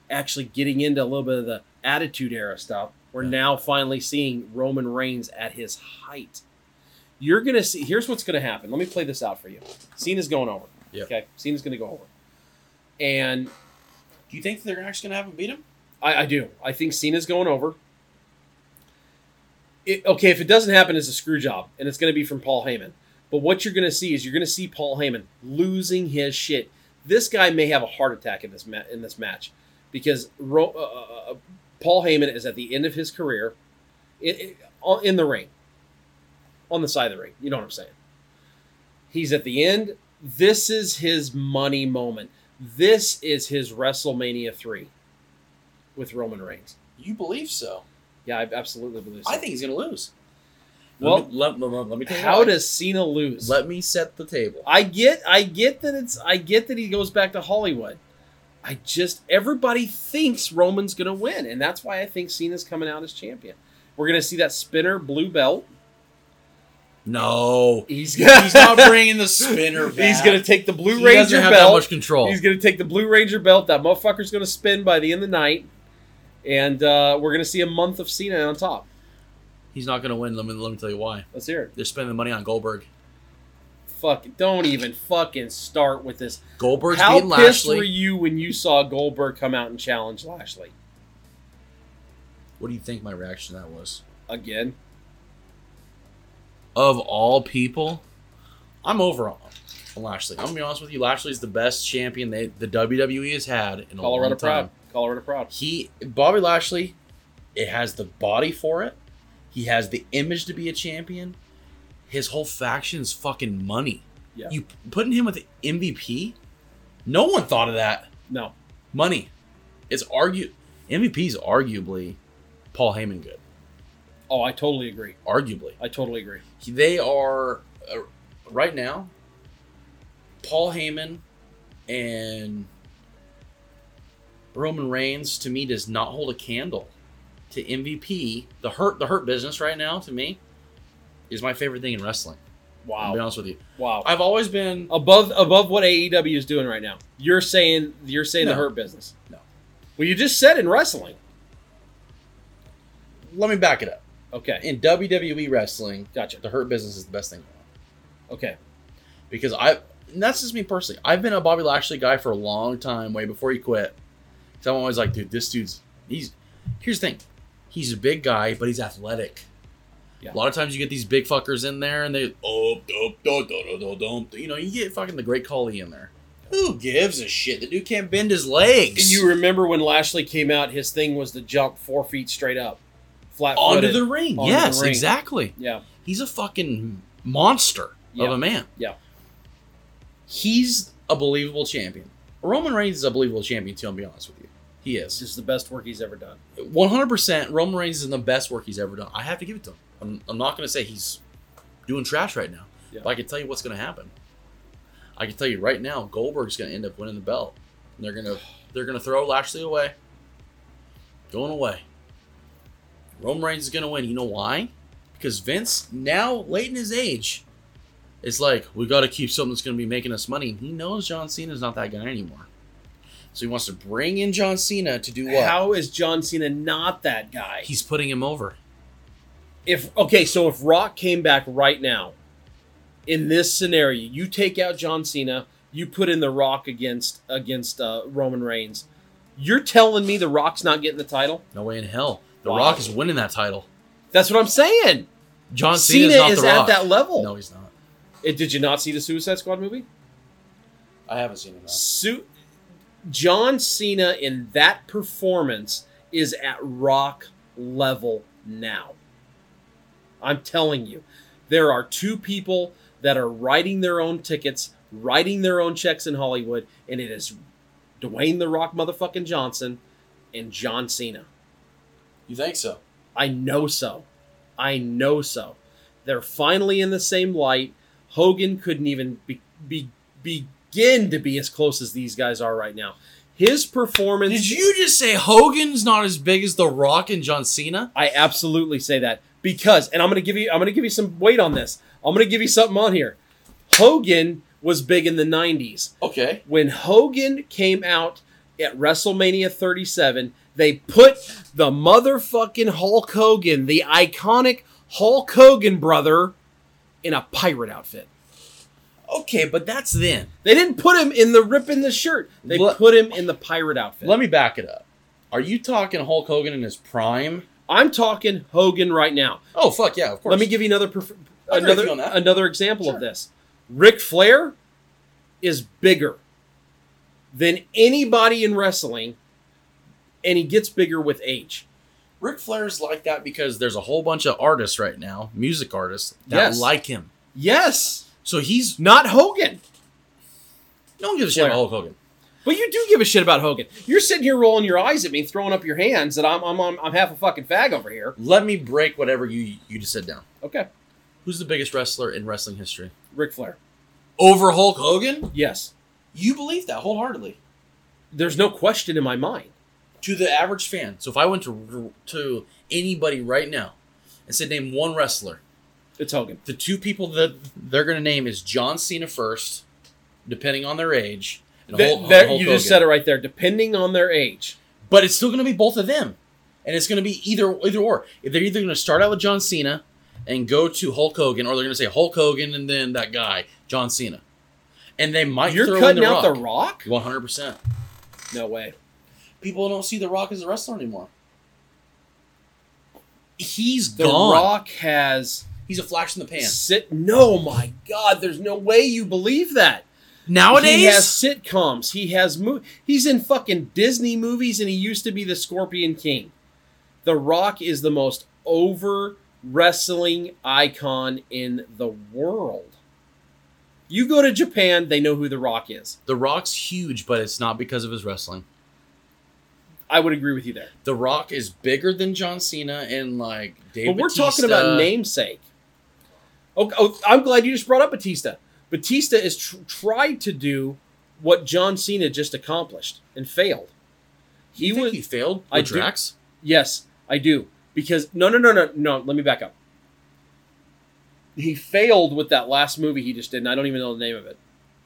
[SPEAKER 2] Actually, getting into a little bit of the Attitude Era stuff. We're
[SPEAKER 3] Yeah.
[SPEAKER 2] now finally seeing Roman Reigns at his height. You're gonna see. Here's what's gonna happen. Let me play this out for you. Cena's going over.
[SPEAKER 3] Yeah.
[SPEAKER 2] Okay. Cena's gonna go over, and
[SPEAKER 3] Do you think they're actually gonna have him beat him?
[SPEAKER 2] I, I do. I think Cena's going over. It, okay, if it doesn't happen, it's a screw job, and it's going to be from Paul Heyman. But what you're going to see is you're going to see Paul Heyman losing his shit. This guy may have a heart attack in this ma- in this match because Ro- uh, uh, uh, Paul Heyman is at the end of his career in, in, on- in the ring, on the side of the ring. You know what I'm saying? He's at the end. This is his money moment. This is his WrestleMania three with Roman Reigns.
[SPEAKER 3] You believe so?
[SPEAKER 2] Yeah, I absolutely believe so.
[SPEAKER 3] I think he's gonna lose.
[SPEAKER 2] Well,
[SPEAKER 3] let me, let, let- let- let me tell you
[SPEAKER 2] How
[SPEAKER 3] why.
[SPEAKER 2] does Cena lose?
[SPEAKER 3] let me set the table.
[SPEAKER 2] I get, I get that it's, I get that he goes back to Hollywood. I just everybody thinks Roman's gonna win, and that's why I think Cena's coming out as champion. We're gonna see that spinner blue belt.
[SPEAKER 3] No,
[SPEAKER 2] He's
[SPEAKER 3] he's not bringing the spinner. Back.
[SPEAKER 2] he's gonna take the blue
[SPEAKER 3] He
[SPEAKER 2] ranger
[SPEAKER 3] doesn't have
[SPEAKER 2] belt.
[SPEAKER 3] that much control.
[SPEAKER 2] He's gonna take the Blue Ranger belt. That motherfucker's gonna spin by the end of the night, and uh, we're gonna see a month of Cena on top.
[SPEAKER 3] he's not gonna win. Let me let me tell you why.
[SPEAKER 2] Let's hear it.
[SPEAKER 3] They're spending money on Goldberg.
[SPEAKER 2] Fuck! Don't even fucking start with this.
[SPEAKER 3] Goldberg's
[SPEAKER 2] How
[SPEAKER 3] beating
[SPEAKER 2] pissed
[SPEAKER 3] Lashley.
[SPEAKER 2] were you when you saw Goldberg come out and challenge Lashley
[SPEAKER 3] What do you think my reaction to that was?
[SPEAKER 2] again?
[SPEAKER 3] of all people, I'm over on on Lashley. I'm gonna be honest with you, Lashley's the best champion they, the WWE has had in a
[SPEAKER 2] Colorado
[SPEAKER 3] long time.
[SPEAKER 2] proud. Colorado proud.
[SPEAKER 3] He Bobby Lashley, it has the body for it. He has the image to be a champion. His whole faction is fucking money.
[SPEAKER 2] Yeah.
[SPEAKER 3] You putting him with MVP? No one thought of that.
[SPEAKER 2] No,
[SPEAKER 3] Money. It's argu MVP's arguably Paul Heyman good.
[SPEAKER 2] oh, I totally agree.
[SPEAKER 3] Arguably.
[SPEAKER 2] I totally agree.
[SPEAKER 3] they are uh, right now. Paul Heyman and Roman Reigns to me does not hold a candle to MVP. The hurt the hurt business right now to me is my favorite thing in wrestling. I'll be
[SPEAKER 2] Wow.
[SPEAKER 3] honest with you.
[SPEAKER 2] Wow.
[SPEAKER 3] I've always been
[SPEAKER 2] Above above what AEW is doing right now. You're saying you're saying the
[SPEAKER 3] No.
[SPEAKER 2] hurt business.
[SPEAKER 3] No.
[SPEAKER 2] Well, you just said in wrestling.
[SPEAKER 3] let me back it up.
[SPEAKER 2] Okay.
[SPEAKER 3] In WWE wrestling,
[SPEAKER 2] Gotcha.
[SPEAKER 3] the hurt business is the best thing going on.
[SPEAKER 2] Okay.
[SPEAKER 3] Because I and that's just me personally. I've been a Bobby Lashley guy for a long time, way before he quit. So I'm always like, dude, this dude's he's here's the thing. He's a big guy, but he's athletic.
[SPEAKER 2] Yeah.
[SPEAKER 3] A lot of times you get these big fuckers in there and they oh dum, dum, dum, dum, dum, dum. you know, you get fucking the great Collie in there. Who gives a shit? The dude can't bend his legs.
[SPEAKER 2] You remember when Lashley came out, his thing was to jump four feet straight up. Flat
[SPEAKER 3] onto
[SPEAKER 2] footed.
[SPEAKER 3] the ring.
[SPEAKER 2] Onto the
[SPEAKER 3] yes,
[SPEAKER 2] ring.
[SPEAKER 3] exactly.
[SPEAKER 2] Yeah.
[SPEAKER 3] He's a fucking monster of
[SPEAKER 2] Yeah.
[SPEAKER 3] a man.
[SPEAKER 2] Yeah.
[SPEAKER 3] He's a believable champion. Roman Reigns is a believable champion too, I'll be honest with you. He
[SPEAKER 2] This
[SPEAKER 3] is.
[SPEAKER 2] is the best work he's ever done.
[SPEAKER 3] 100% Roman Reigns is the best work he's ever done. I have to give it to him. I'm, I'm not going to say he's doing trash right now,
[SPEAKER 2] Yeah.
[SPEAKER 3] but I can tell you what's going to happen. I can tell you right now, Goldberg's going to end up winning the belt. And they're going to they're going to throw Lashley away. Going away. Roman Reigns is going to win. You know why? Because Vince now late in his age is like, we got to keep something that's going to be making us money. He knows John Cena's not that guy anymore. So he wants to bring in John Cena to do what?
[SPEAKER 2] How is John Cena not that guy?
[SPEAKER 3] He's putting him over.
[SPEAKER 2] If okay, so if Rock came back right now, in this scenario, you take out John Cena, you put in the Rock against against uh, Roman Reigns. You're telling me the Rock's not getting the title?
[SPEAKER 3] No way in hell. The
[SPEAKER 2] Wow.
[SPEAKER 3] Rock is winning that title.
[SPEAKER 2] That's what I'm saying.
[SPEAKER 3] John Cena
[SPEAKER 2] Cena
[SPEAKER 3] is not
[SPEAKER 2] is
[SPEAKER 3] the
[SPEAKER 2] at
[SPEAKER 3] Rock.
[SPEAKER 2] that level.
[SPEAKER 3] No, he's not.
[SPEAKER 2] Eh, did you not see the Suicide Squad movie?
[SPEAKER 3] I haven't seen him.
[SPEAKER 2] Su- John Cena in that performance is at rock level now. I'm telling you, there are two people that are writing their own tickets, writing their own checks in Hollywood, and it is Dwayne the Rock motherfucking Johnson and John Cena.
[SPEAKER 3] You think so?
[SPEAKER 2] I know so. I know so. They're finally in the same light. Hogan couldn't even be, be, begin to be as close as these guys are right now. His performance.
[SPEAKER 3] Did you just say Hogan's not as big as The Rock and John Cena?
[SPEAKER 2] I absolutely say that because, and I'm gonna give you, I'm gonna give you some weight on this. I'm gonna give you something on here. Hogan was big in the '90s.
[SPEAKER 3] Okay.
[SPEAKER 2] when Hogan came out at WrestleMania 37, they put the motherfucking Hulk Hogan, the iconic Hulk Hogan brother, in a pirate outfit.
[SPEAKER 3] Okay, but that's then.
[SPEAKER 2] They didn't put him in the rip in the shirt. They
[SPEAKER 3] Let-
[SPEAKER 2] put him in the pirate outfit.
[SPEAKER 3] Let me back it up. Are you talking Hulk Hogan in his prime?
[SPEAKER 2] I'm talking Hogan right now.
[SPEAKER 3] Oh fuck yeah, of course.
[SPEAKER 2] Let me give you another perf-
[SPEAKER 3] I agree with
[SPEAKER 2] another
[SPEAKER 3] you on that.
[SPEAKER 2] another example
[SPEAKER 3] Sure.
[SPEAKER 2] of this. Ric Flair is bigger than anybody in wrestling, and he gets bigger with age.
[SPEAKER 3] Ric Flair's like that because there's a whole bunch of artists right now, music artists that
[SPEAKER 2] Yes.
[SPEAKER 3] like him.
[SPEAKER 2] Yes,
[SPEAKER 3] So he's
[SPEAKER 2] not Hogan.
[SPEAKER 3] no one gives a shit about
[SPEAKER 2] Flair.
[SPEAKER 3] Hulk Hogan.
[SPEAKER 2] But you do give a shit about Hogan. You're sitting here rolling your eyes at me, throwing up your hands that I'm I'm I'm, I'm half a fucking fag over here.
[SPEAKER 3] Let me break whatever you you just said down.
[SPEAKER 2] Okay,
[SPEAKER 3] Who's the biggest wrestler in wrestling history?
[SPEAKER 2] Ric Flair.
[SPEAKER 3] Over Hulk Hogan?
[SPEAKER 2] Yes,
[SPEAKER 3] You believe that wholeheartedly
[SPEAKER 2] the's no question in my mind.
[SPEAKER 3] to the average fan. So if I went to to anybody right now and said name one wrestler,
[SPEAKER 2] It's Hogan.
[SPEAKER 3] the two people that they're going to name is John Cena first, depending on their age. And
[SPEAKER 2] Th-
[SPEAKER 3] Hulk-
[SPEAKER 2] there-
[SPEAKER 3] Hulk
[SPEAKER 2] you just
[SPEAKER 3] Hogan.
[SPEAKER 2] said it right there. Depending on their age,
[SPEAKER 3] But it's still going to be both of them, and it's going to be either either or. If they're either going to start out with John Cena and go to Hulk Hogan, or they're going to say Hulk Hogan and then that guy John Cena, and they might
[SPEAKER 2] you're
[SPEAKER 3] throw
[SPEAKER 2] cutting
[SPEAKER 3] in the
[SPEAKER 2] out
[SPEAKER 3] Rock.
[SPEAKER 2] the Rock.
[SPEAKER 3] One hundred percent.
[SPEAKER 2] No way.
[SPEAKER 3] People don't see the Rock as a wrestler anymore. He's
[SPEAKER 2] The
[SPEAKER 3] gone.
[SPEAKER 2] Rock has
[SPEAKER 3] He's a flash in the pan.
[SPEAKER 2] sit. No, my God. There's no way you believe that.
[SPEAKER 3] Nowadays,
[SPEAKER 2] He has sitcoms. He has mo- he's in fucking Disney movies and he used to be the Scorpion King. The Rock is the most over wrestling icon in the world. You go to Japan, they know who The Rock is.
[SPEAKER 3] The Rock's huge, but it's not because of his wrestling.
[SPEAKER 2] I would agree with you there.
[SPEAKER 3] The Rock is bigger than John Cena and like Dave.
[SPEAKER 2] but we're talking
[SPEAKER 3] Bautista.
[SPEAKER 2] about namesake. Oh, oh, I'm glad you just brought up Batista. Batista is tr- tried to do what John Cena just accomplished and failed.
[SPEAKER 3] You
[SPEAKER 2] He
[SPEAKER 3] think
[SPEAKER 2] was
[SPEAKER 3] he failed. With
[SPEAKER 2] I do-
[SPEAKER 3] Drax.
[SPEAKER 2] Yes, I do. Because no, no, no, no, no. Let me back up. he failed with that last movie he just did, and I don't even know the name of it,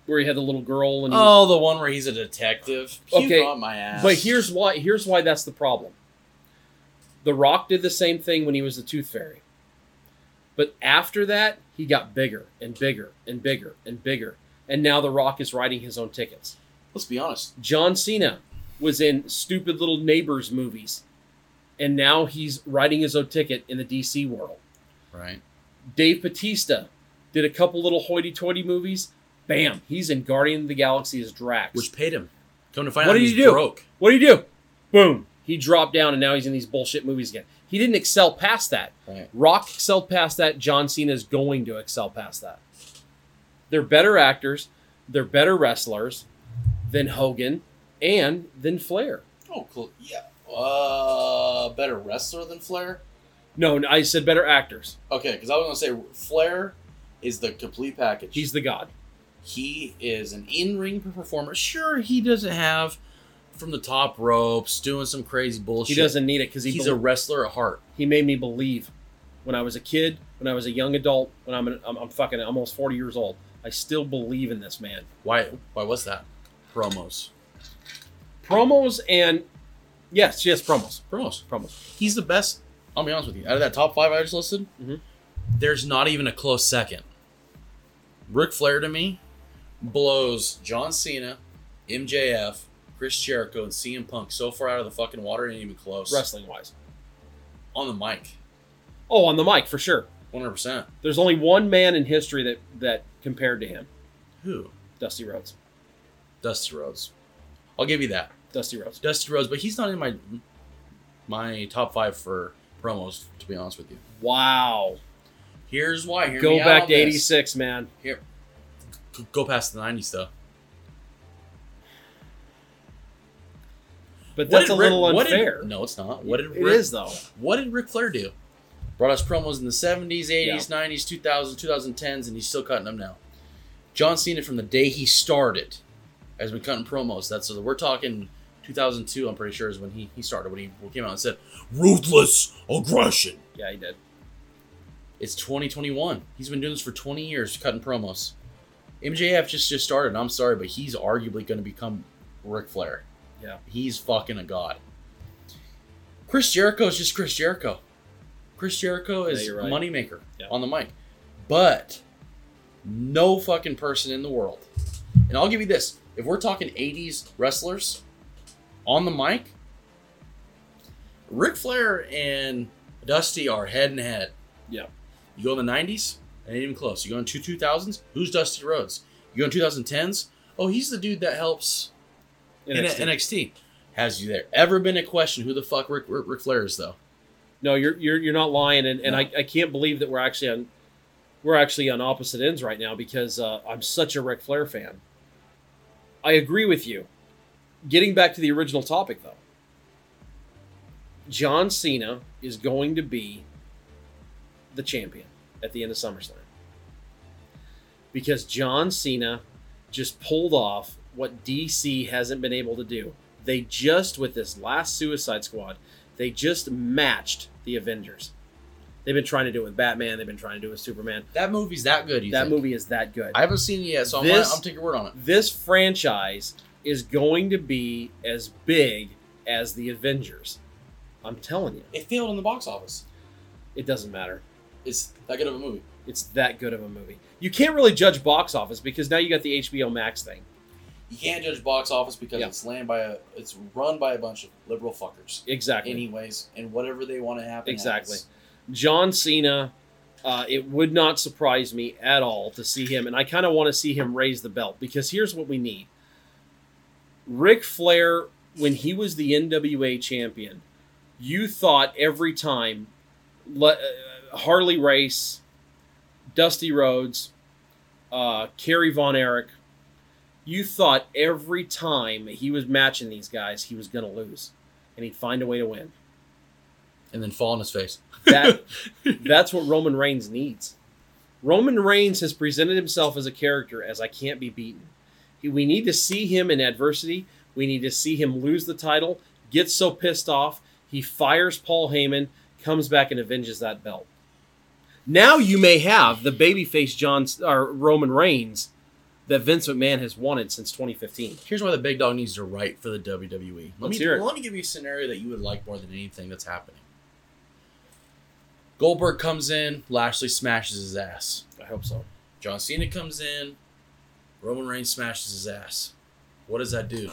[SPEAKER 2] where he had the little girl and. he was-
[SPEAKER 3] Oh, the one where he's a detective. You
[SPEAKER 2] Okay,
[SPEAKER 3] got my ass.
[SPEAKER 2] but here's why. Here's why that's the problem. The Rock did the same thing when he was the Tooth Fairy, but after that he got bigger and bigger and bigger and bigger, and now The Rock is writing his own tickets.
[SPEAKER 3] let's be honest.
[SPEAKER 2] John Cena was in stupid little neighbors movies, and now he's writing his own ticket in the DC world.
[SPEAKER 3] Right.
[SPEAKER 2] Dave Batista did a couple little hoity-toity movies. Bam, he's in Guardian of the Galaxy as Drax.
[SPEAKER 3] Which paid him. Come to find
[SPEAKER 2] What
[SPEAKER 3] out,
[SPEAKER 2] did
[SPEAKER 3] he's
[SPEAKER 2] he do?
[SPEAKER 3] broke.
[SPEAKER 2] what do you do? Boom, he dropped down, and now he's in these bullshit movies again. He didn't excel past that.
[SPEAKER 3] Right.
[SPEAKER 2] Rock excelled past that. John Cena is going to excel past that. They're better actors. They're better wrestlers than Hogan and than Flair.
[SPEAKER 3] Oh, cool. Yeah. Uh, better wrestler than Flair.
[SPEAKER 2] No, no, I said better actors.
[SPEAKER 3] Okay, because I was gonna say Flair is the complete package.
[SPEAKER 2] He's the god.
[SPEAKER 3] he is an in-ring performer. Sure, he doesn't have from the top ropes, doing some crazy
[SPEAKER 2] He
[SPEAKER 3] bullshit.
[SPEAKER 2] doesn't need it because he
[SPEAKER 3] He's
[SPEAKER 2] bel-
[SPEAKER 3] a wrestler at heart.
[SPEAKER 2] he made me believe when I was a kid, when I was a young adult, when I'm an, I'm, I'm fucking I'm almost 40 years old. I still believe in this man.
[SPEAKER 3] Why? Why was that? Promos.
[SPEAKER 2] Promos and yes, yes, promos.
[SPEAKER 3] Promos.
[SPEAKER 2] Promos.
[SPEAKER 3] He's the best. I'll be honest with you. Out of that top five I just listed,
[SPEAKER 2] Mhm.
[SPEAKER 3] there's not even a close second. Ric Flair to me blows John Cena, MJF, Chris Jericho, and CM Punk so far out of the fucking water, it ain't even close.
[SPEAKER 2] Wrestling wise.
[SPEAKER 3] On the mic,
[SPEAKER 2] Oh, on the mic for sure.
[SPEAKER 3] 100%.
[SPEAKER 2] There's only one man in history that that compared to him.
[SPEAKER 3] Who?
[SPEAKER 2] Dusty Rhodes.
[SPEAKER 3] Dusty Rhodes. I'll give you that.
[SPEAKER 2] Dusty Rhodes.
[SPEAKER 3] Dusty Rhodes, but he's not in my my top five for promos, to be honest with you.
[SPEAKER 2] Wow.
[SPEAKER 3] Here's why. Hear
[SPEAKER 2] Go
[SPEAKER 3] me out
[SPEAKER 2] back
[SPEAKER 3] on
[SPEAKER 2] to
[SPEAKER 3] this.
[SPEAKER 2] 86, man.
[SPEAKER 3] G- Go past the 90s, though.
[SPEAKER 2] But
[SPEAKER 3] What
[SPEAKER 2] that's a
[SPEAKER 3] did Ric-
[SPEAKER 2] little
[SPEAKER 3] what did-
[SPEAKER 2] unfair.
[SPEAKER 3] no, it's not. What did
[SPEAKER 2] it
[SPEAKER 3] Ric-
[SPEAKER 2] is though.
[SPEAKER 3] What did Ric Flair do? Brought us promos in the 70s, 80s, 90s, 2000s, 2010s, and he's still cutting them now. John Cena, from the day he started, has been cutting promos. That's we're talking 2002. I'm pretty sure is when he, he started when he came out and said ruthless aggression.
[SPEAKER 2] Yeah, he did.
[SPEAKER 3] It's 2021. He's been doing this for 20 years, cutting promos. MJF just just started. and I'm sorry, but he's arguably going to become Ric Flair.
[SPEAKER 2] Yeah.
[SPEAKER 3] he's fucking a god. Chris Jericho is just Chris Jericho. Chris Jericho is
[SPEAKER 2] you're right.
[SPEAKER 3] a moneymaker
[SPEAKER 2] Yeah.
[SPEAKER 3] on the mic, but no fucking person in the world. And I'll give you this: if we're talking 80s wrestlers on the mic, Ric Flair and Dusty are head and head.
[SPEAKER 2] Yeah.
[SPEAKER 3] You go in the 90s, and ain't even close. You go in two 2000s, who's Dusty Rhodes? You go in 2010s, oh, he's the dude that helps NXT.
[SPEAKER 2] NXT.
[SPEAKER 3] NXT. Has you there ever been a question who the fuck Rick, Rick, Ric Flair is though?
[SPEAKER 2] No, you're you're you're not lying, and, and
[SPEAKER 3] No.
[SPEAKER 2] I, I can't believe that we're actually on we're actually on opposite ends right now because uh, I'm such a Ric Flair fan. I agree with you. Getting back to the original topic though, John Cena is going to be the champion at the end of SummerSlam because John Cena just pulled off what DC hasn't been able to do. They just with this last Suicide Squad they just matched the Avengers. They've been trying to do it with Batman. They've been trying to do it with Superman.
[SPEAKER 3] That movie's that good. You
[SPEAKER 2] that
[SPEAKER 3] think?
[SPEAKER 2] movie is that good.
[SPEAKER 3] I haven't seen it yet, so I'm,
[SPEAKER 2] This-
[SPEAKER 3] gonna, I'm taking your word on it.
[SPEAKER 2] this franchise is going to be as big as the Avengers. I'm telling you,
[SPEAKER 3] It failed in the box office.
[SPEAKER 2] it doesn't matter.
[SPEAKER 3] It's that good of a movie.
[SPEAKER 2] It's that good of a movie. You can't really judge box office because now you got the HBO Max thing.
[SPEAKER 3] You can't judge box office because
[SPEAKER 2] Yeah.
[SPEAKER 3] it's land by a, it's run by a bunch of liberal fuckers,
[SPEAKER 2] Exactly.
[SPEAKER 3] anyways, and whatever they want to happen.
[SPEAKER 2] Exactly.
[SPEAKER 3] happens.
[SPEAKER 2] John Cena, uh, it would not surprise me at all to see him, and I kind of want to see him raise the belt because here's what we need. Ric Flair, when he was the NWA champion, you thought every time le- uh, Harley Race, Dusty Rhodes, uh, Kerry Von Erich, you thought every time he was matching these guys, he was going to lose, and he'd find a way to win.
[SPEAKER 3] And then fall on his face.
[SPEAKER 2] That that's what Roman Reigns needs. Roman Reigns has presented himself as a character as I can't be beaten. He- We need to see him in adversity. We need to see him lose the title, get so pissed off, he fires Paul Heyman, comes back and avenges that belt. Now you may have the babyface John or Roman Reigns that Vince McMahon has wanted since 2015.
[SPEAKER 3] Here's why the big dog needs to write for the WWE. Let
[SPEAKER 2] Let's
[SPEAKER 3] me
[SPEAKER 2] hear it.
[SPEAKER 3] let me give you a scenario that you would like more than anything that's happening. Goldberg comes in, Lashley smashes his ass.
[SPEAKER 2] I hope so.
[SPEAKER 3] John Cena comes in, Roman Reigns smashes his ass. What does that do?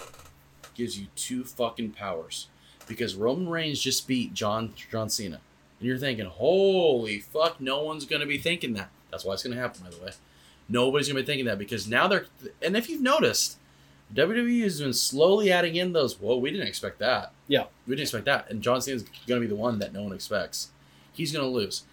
[SPEAKER 3] Gives you two fucking powers. Because Roman Reigns just beat John John Cena. And you're thinking, holy fuck, no one's gonna be thinking that. That's why it's gonna happen, by the way. Nobody's gonna be thinking that because now they're and if you've noticed, WWE has been slowly adding in those, whoa, we didn't expect that.
[SPEAKER 2] Yeah.
[SPEAKER 3] We didn't expect that. And John Cena's gonna be the one that no one expects. He's gonna lose.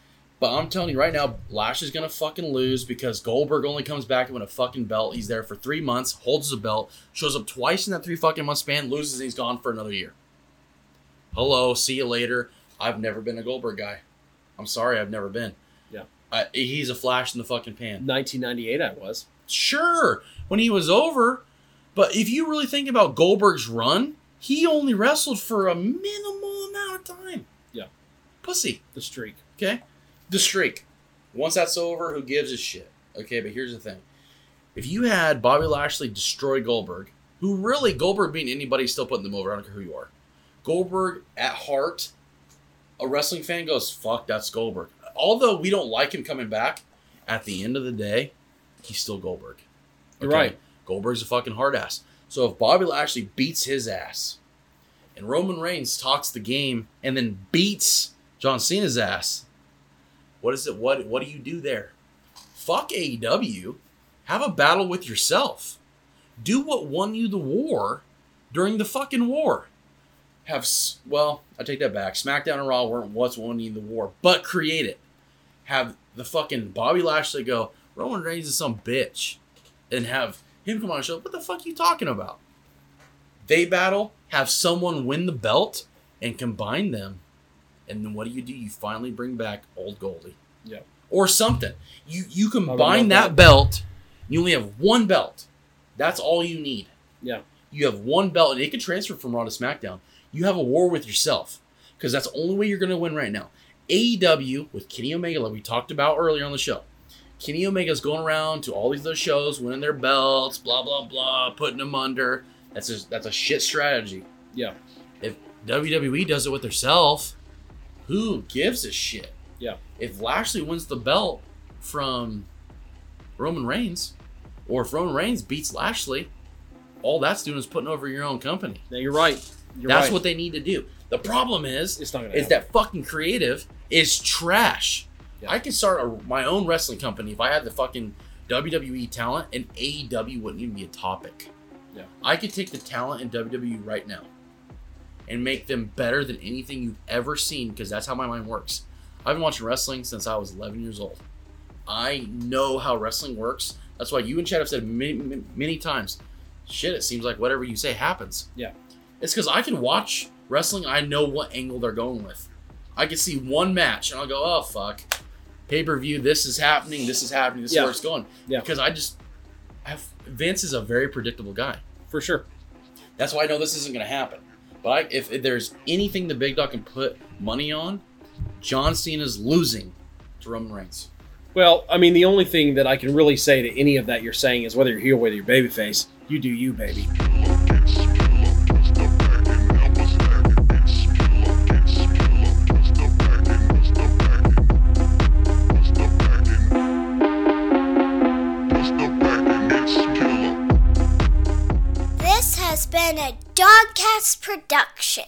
[SPEAKER 3] But I'm telling you right now, Lash is gonna fucking lose because Goldberg only comes back and win a fucking belt. He's there for three months, holds the belt, shows up twice in that three fucking month span, loses, and he's gone for another year. Hello, see you later. I've never been a Goldberg guy. I'm sorry, I've never been.
[SPEAKER 2] Yeah.
[SPEAKER 3] I, he's a flash in the fucking pan.
[SPEAKER 2] 1998, I was.
[SPEAKER 3] Sure, when he was over, but if you really think about Goldberg's run, he only wrestled for a minimal amount of time.
[SPEAKER 2] Yeah.
[SPEAKER 3] Pussy.
[SPEAKER 2] The streak.
[SPEAKER 3] Okay? The streak. Once that's over, who gives a shit? Okay, but here's the thing. If you had Bobby Lashley destroy Goldberg, who really, Goldberg being anybody, still putting them over. I don't care who you are. Goldberg, at heart, a wrestling fan goes, fuck, that's Goldberg. Although we don't like him coming back, at the end of the day, he's still Goldberg.
[SPEAKER 2] You're right.
[SPEAKER 3] Goldberg's a fucking hard ass. So if Bobby Lashley beats his ass, and Roman Reigns talks the game and then beats John Cena's ass, what is it? What what do you do there? Fuck E AEW. Have a battle with yourself. Do what won you the war during the fucking war. Have s- well, I take that back. SmackDown and Raw weren't what's won you the war, but create it. Have the fucking Bobby Lashley go Roman Reigns is some bitch, and have him come on a show. What the fuck you talking about? They battle. Have someone win the belt and combine them, and then what do you do? You finally bring back old Goldie
[SPEAKER 2] Yeah.
[SPEAKER 3] or something. You you
[SPEAKER 2] love
[SPEAKER 3] combine that
[SPEAKER 2] that.
[SPEAKER 3] belt, you only have one belt. That's all you need.
[SPEAKER 2] Yeah.
[SPEAKER 3] You have one belt, and it can transfer from Raw to SmackDown. You have a war with yourself because that's the only way you're going to win right now. AEW E with Kenny Omega, like we talked about earlier on the show. Kenny Omega's going around to all these other shows, winning their belts, blah blah blah, putting them under. That's a, that's a shit strategy.
[SPEAKER 2] Yeah.
[SPEAKER 3] If WWE does it with herself, who gives a shit?
[SPEAKER 2] Yeah.
[SPEAKER 3] If Lashley wins the belt from Roman Reigns, or if Roman Reigns beats Lashley, all that's doing is putting over your own company.
[SPEAKER 2] Now you're right. You're
[SPEAKER 3] that's
[SPEAKER 2] right.
[SPEAKER 3] what they need to do. The problem is,
[SPEAKER 2] it's not gonna
[SPEAKER 3] is
[SPEAKER 2] happen.
[SPEAKER 3] that fucking creative is trash.
[SPEAKER 2] Yeah.
[SPEAKER 3] I could start a, my own wrestling company if I had the fucking WWE talent, and AEW wouldn't even be a topic.
[SPEAKER 2] Yeah.
[SPEAKER 3] I could take the talent in WWE right now and make them better than anything you've ever seen because that's how my mind works. I've been watching wrestling since I was 11 years old. I know how wrestling works. That's why you and Chad have said many, many, many times, shit, it seems like whatever you say happens.
[SPEAKER 2] Yeah.
[SPEAKER 3] It's because I can watch wrestling, I know what angle they're going with. I can see one match and I'll go, oh, fuck. Pay per view, this is happening, this is happening, this
[SPEAKER 2] Yeah.
[SPEAKER 3] is where it's going.
[SPEAKER 2] Yeah.
[SPEAKER 3] Because I just, I have, Vince is a very predictable guy.
[SPEAKER 2] for sure.
[SPEAKER 3] That's why I know this isn't going to happen. But I, if, if there's anything the big dog can put money on, John Cena's losing to Roman Reigns.
[SPEAKER 2] Well, I mean, the only thing that I can really say to any of that you're saying is whether you're heel, whether you're babyface, you do you, baby.
[SPEAKER 4] This has been a Dogcast production.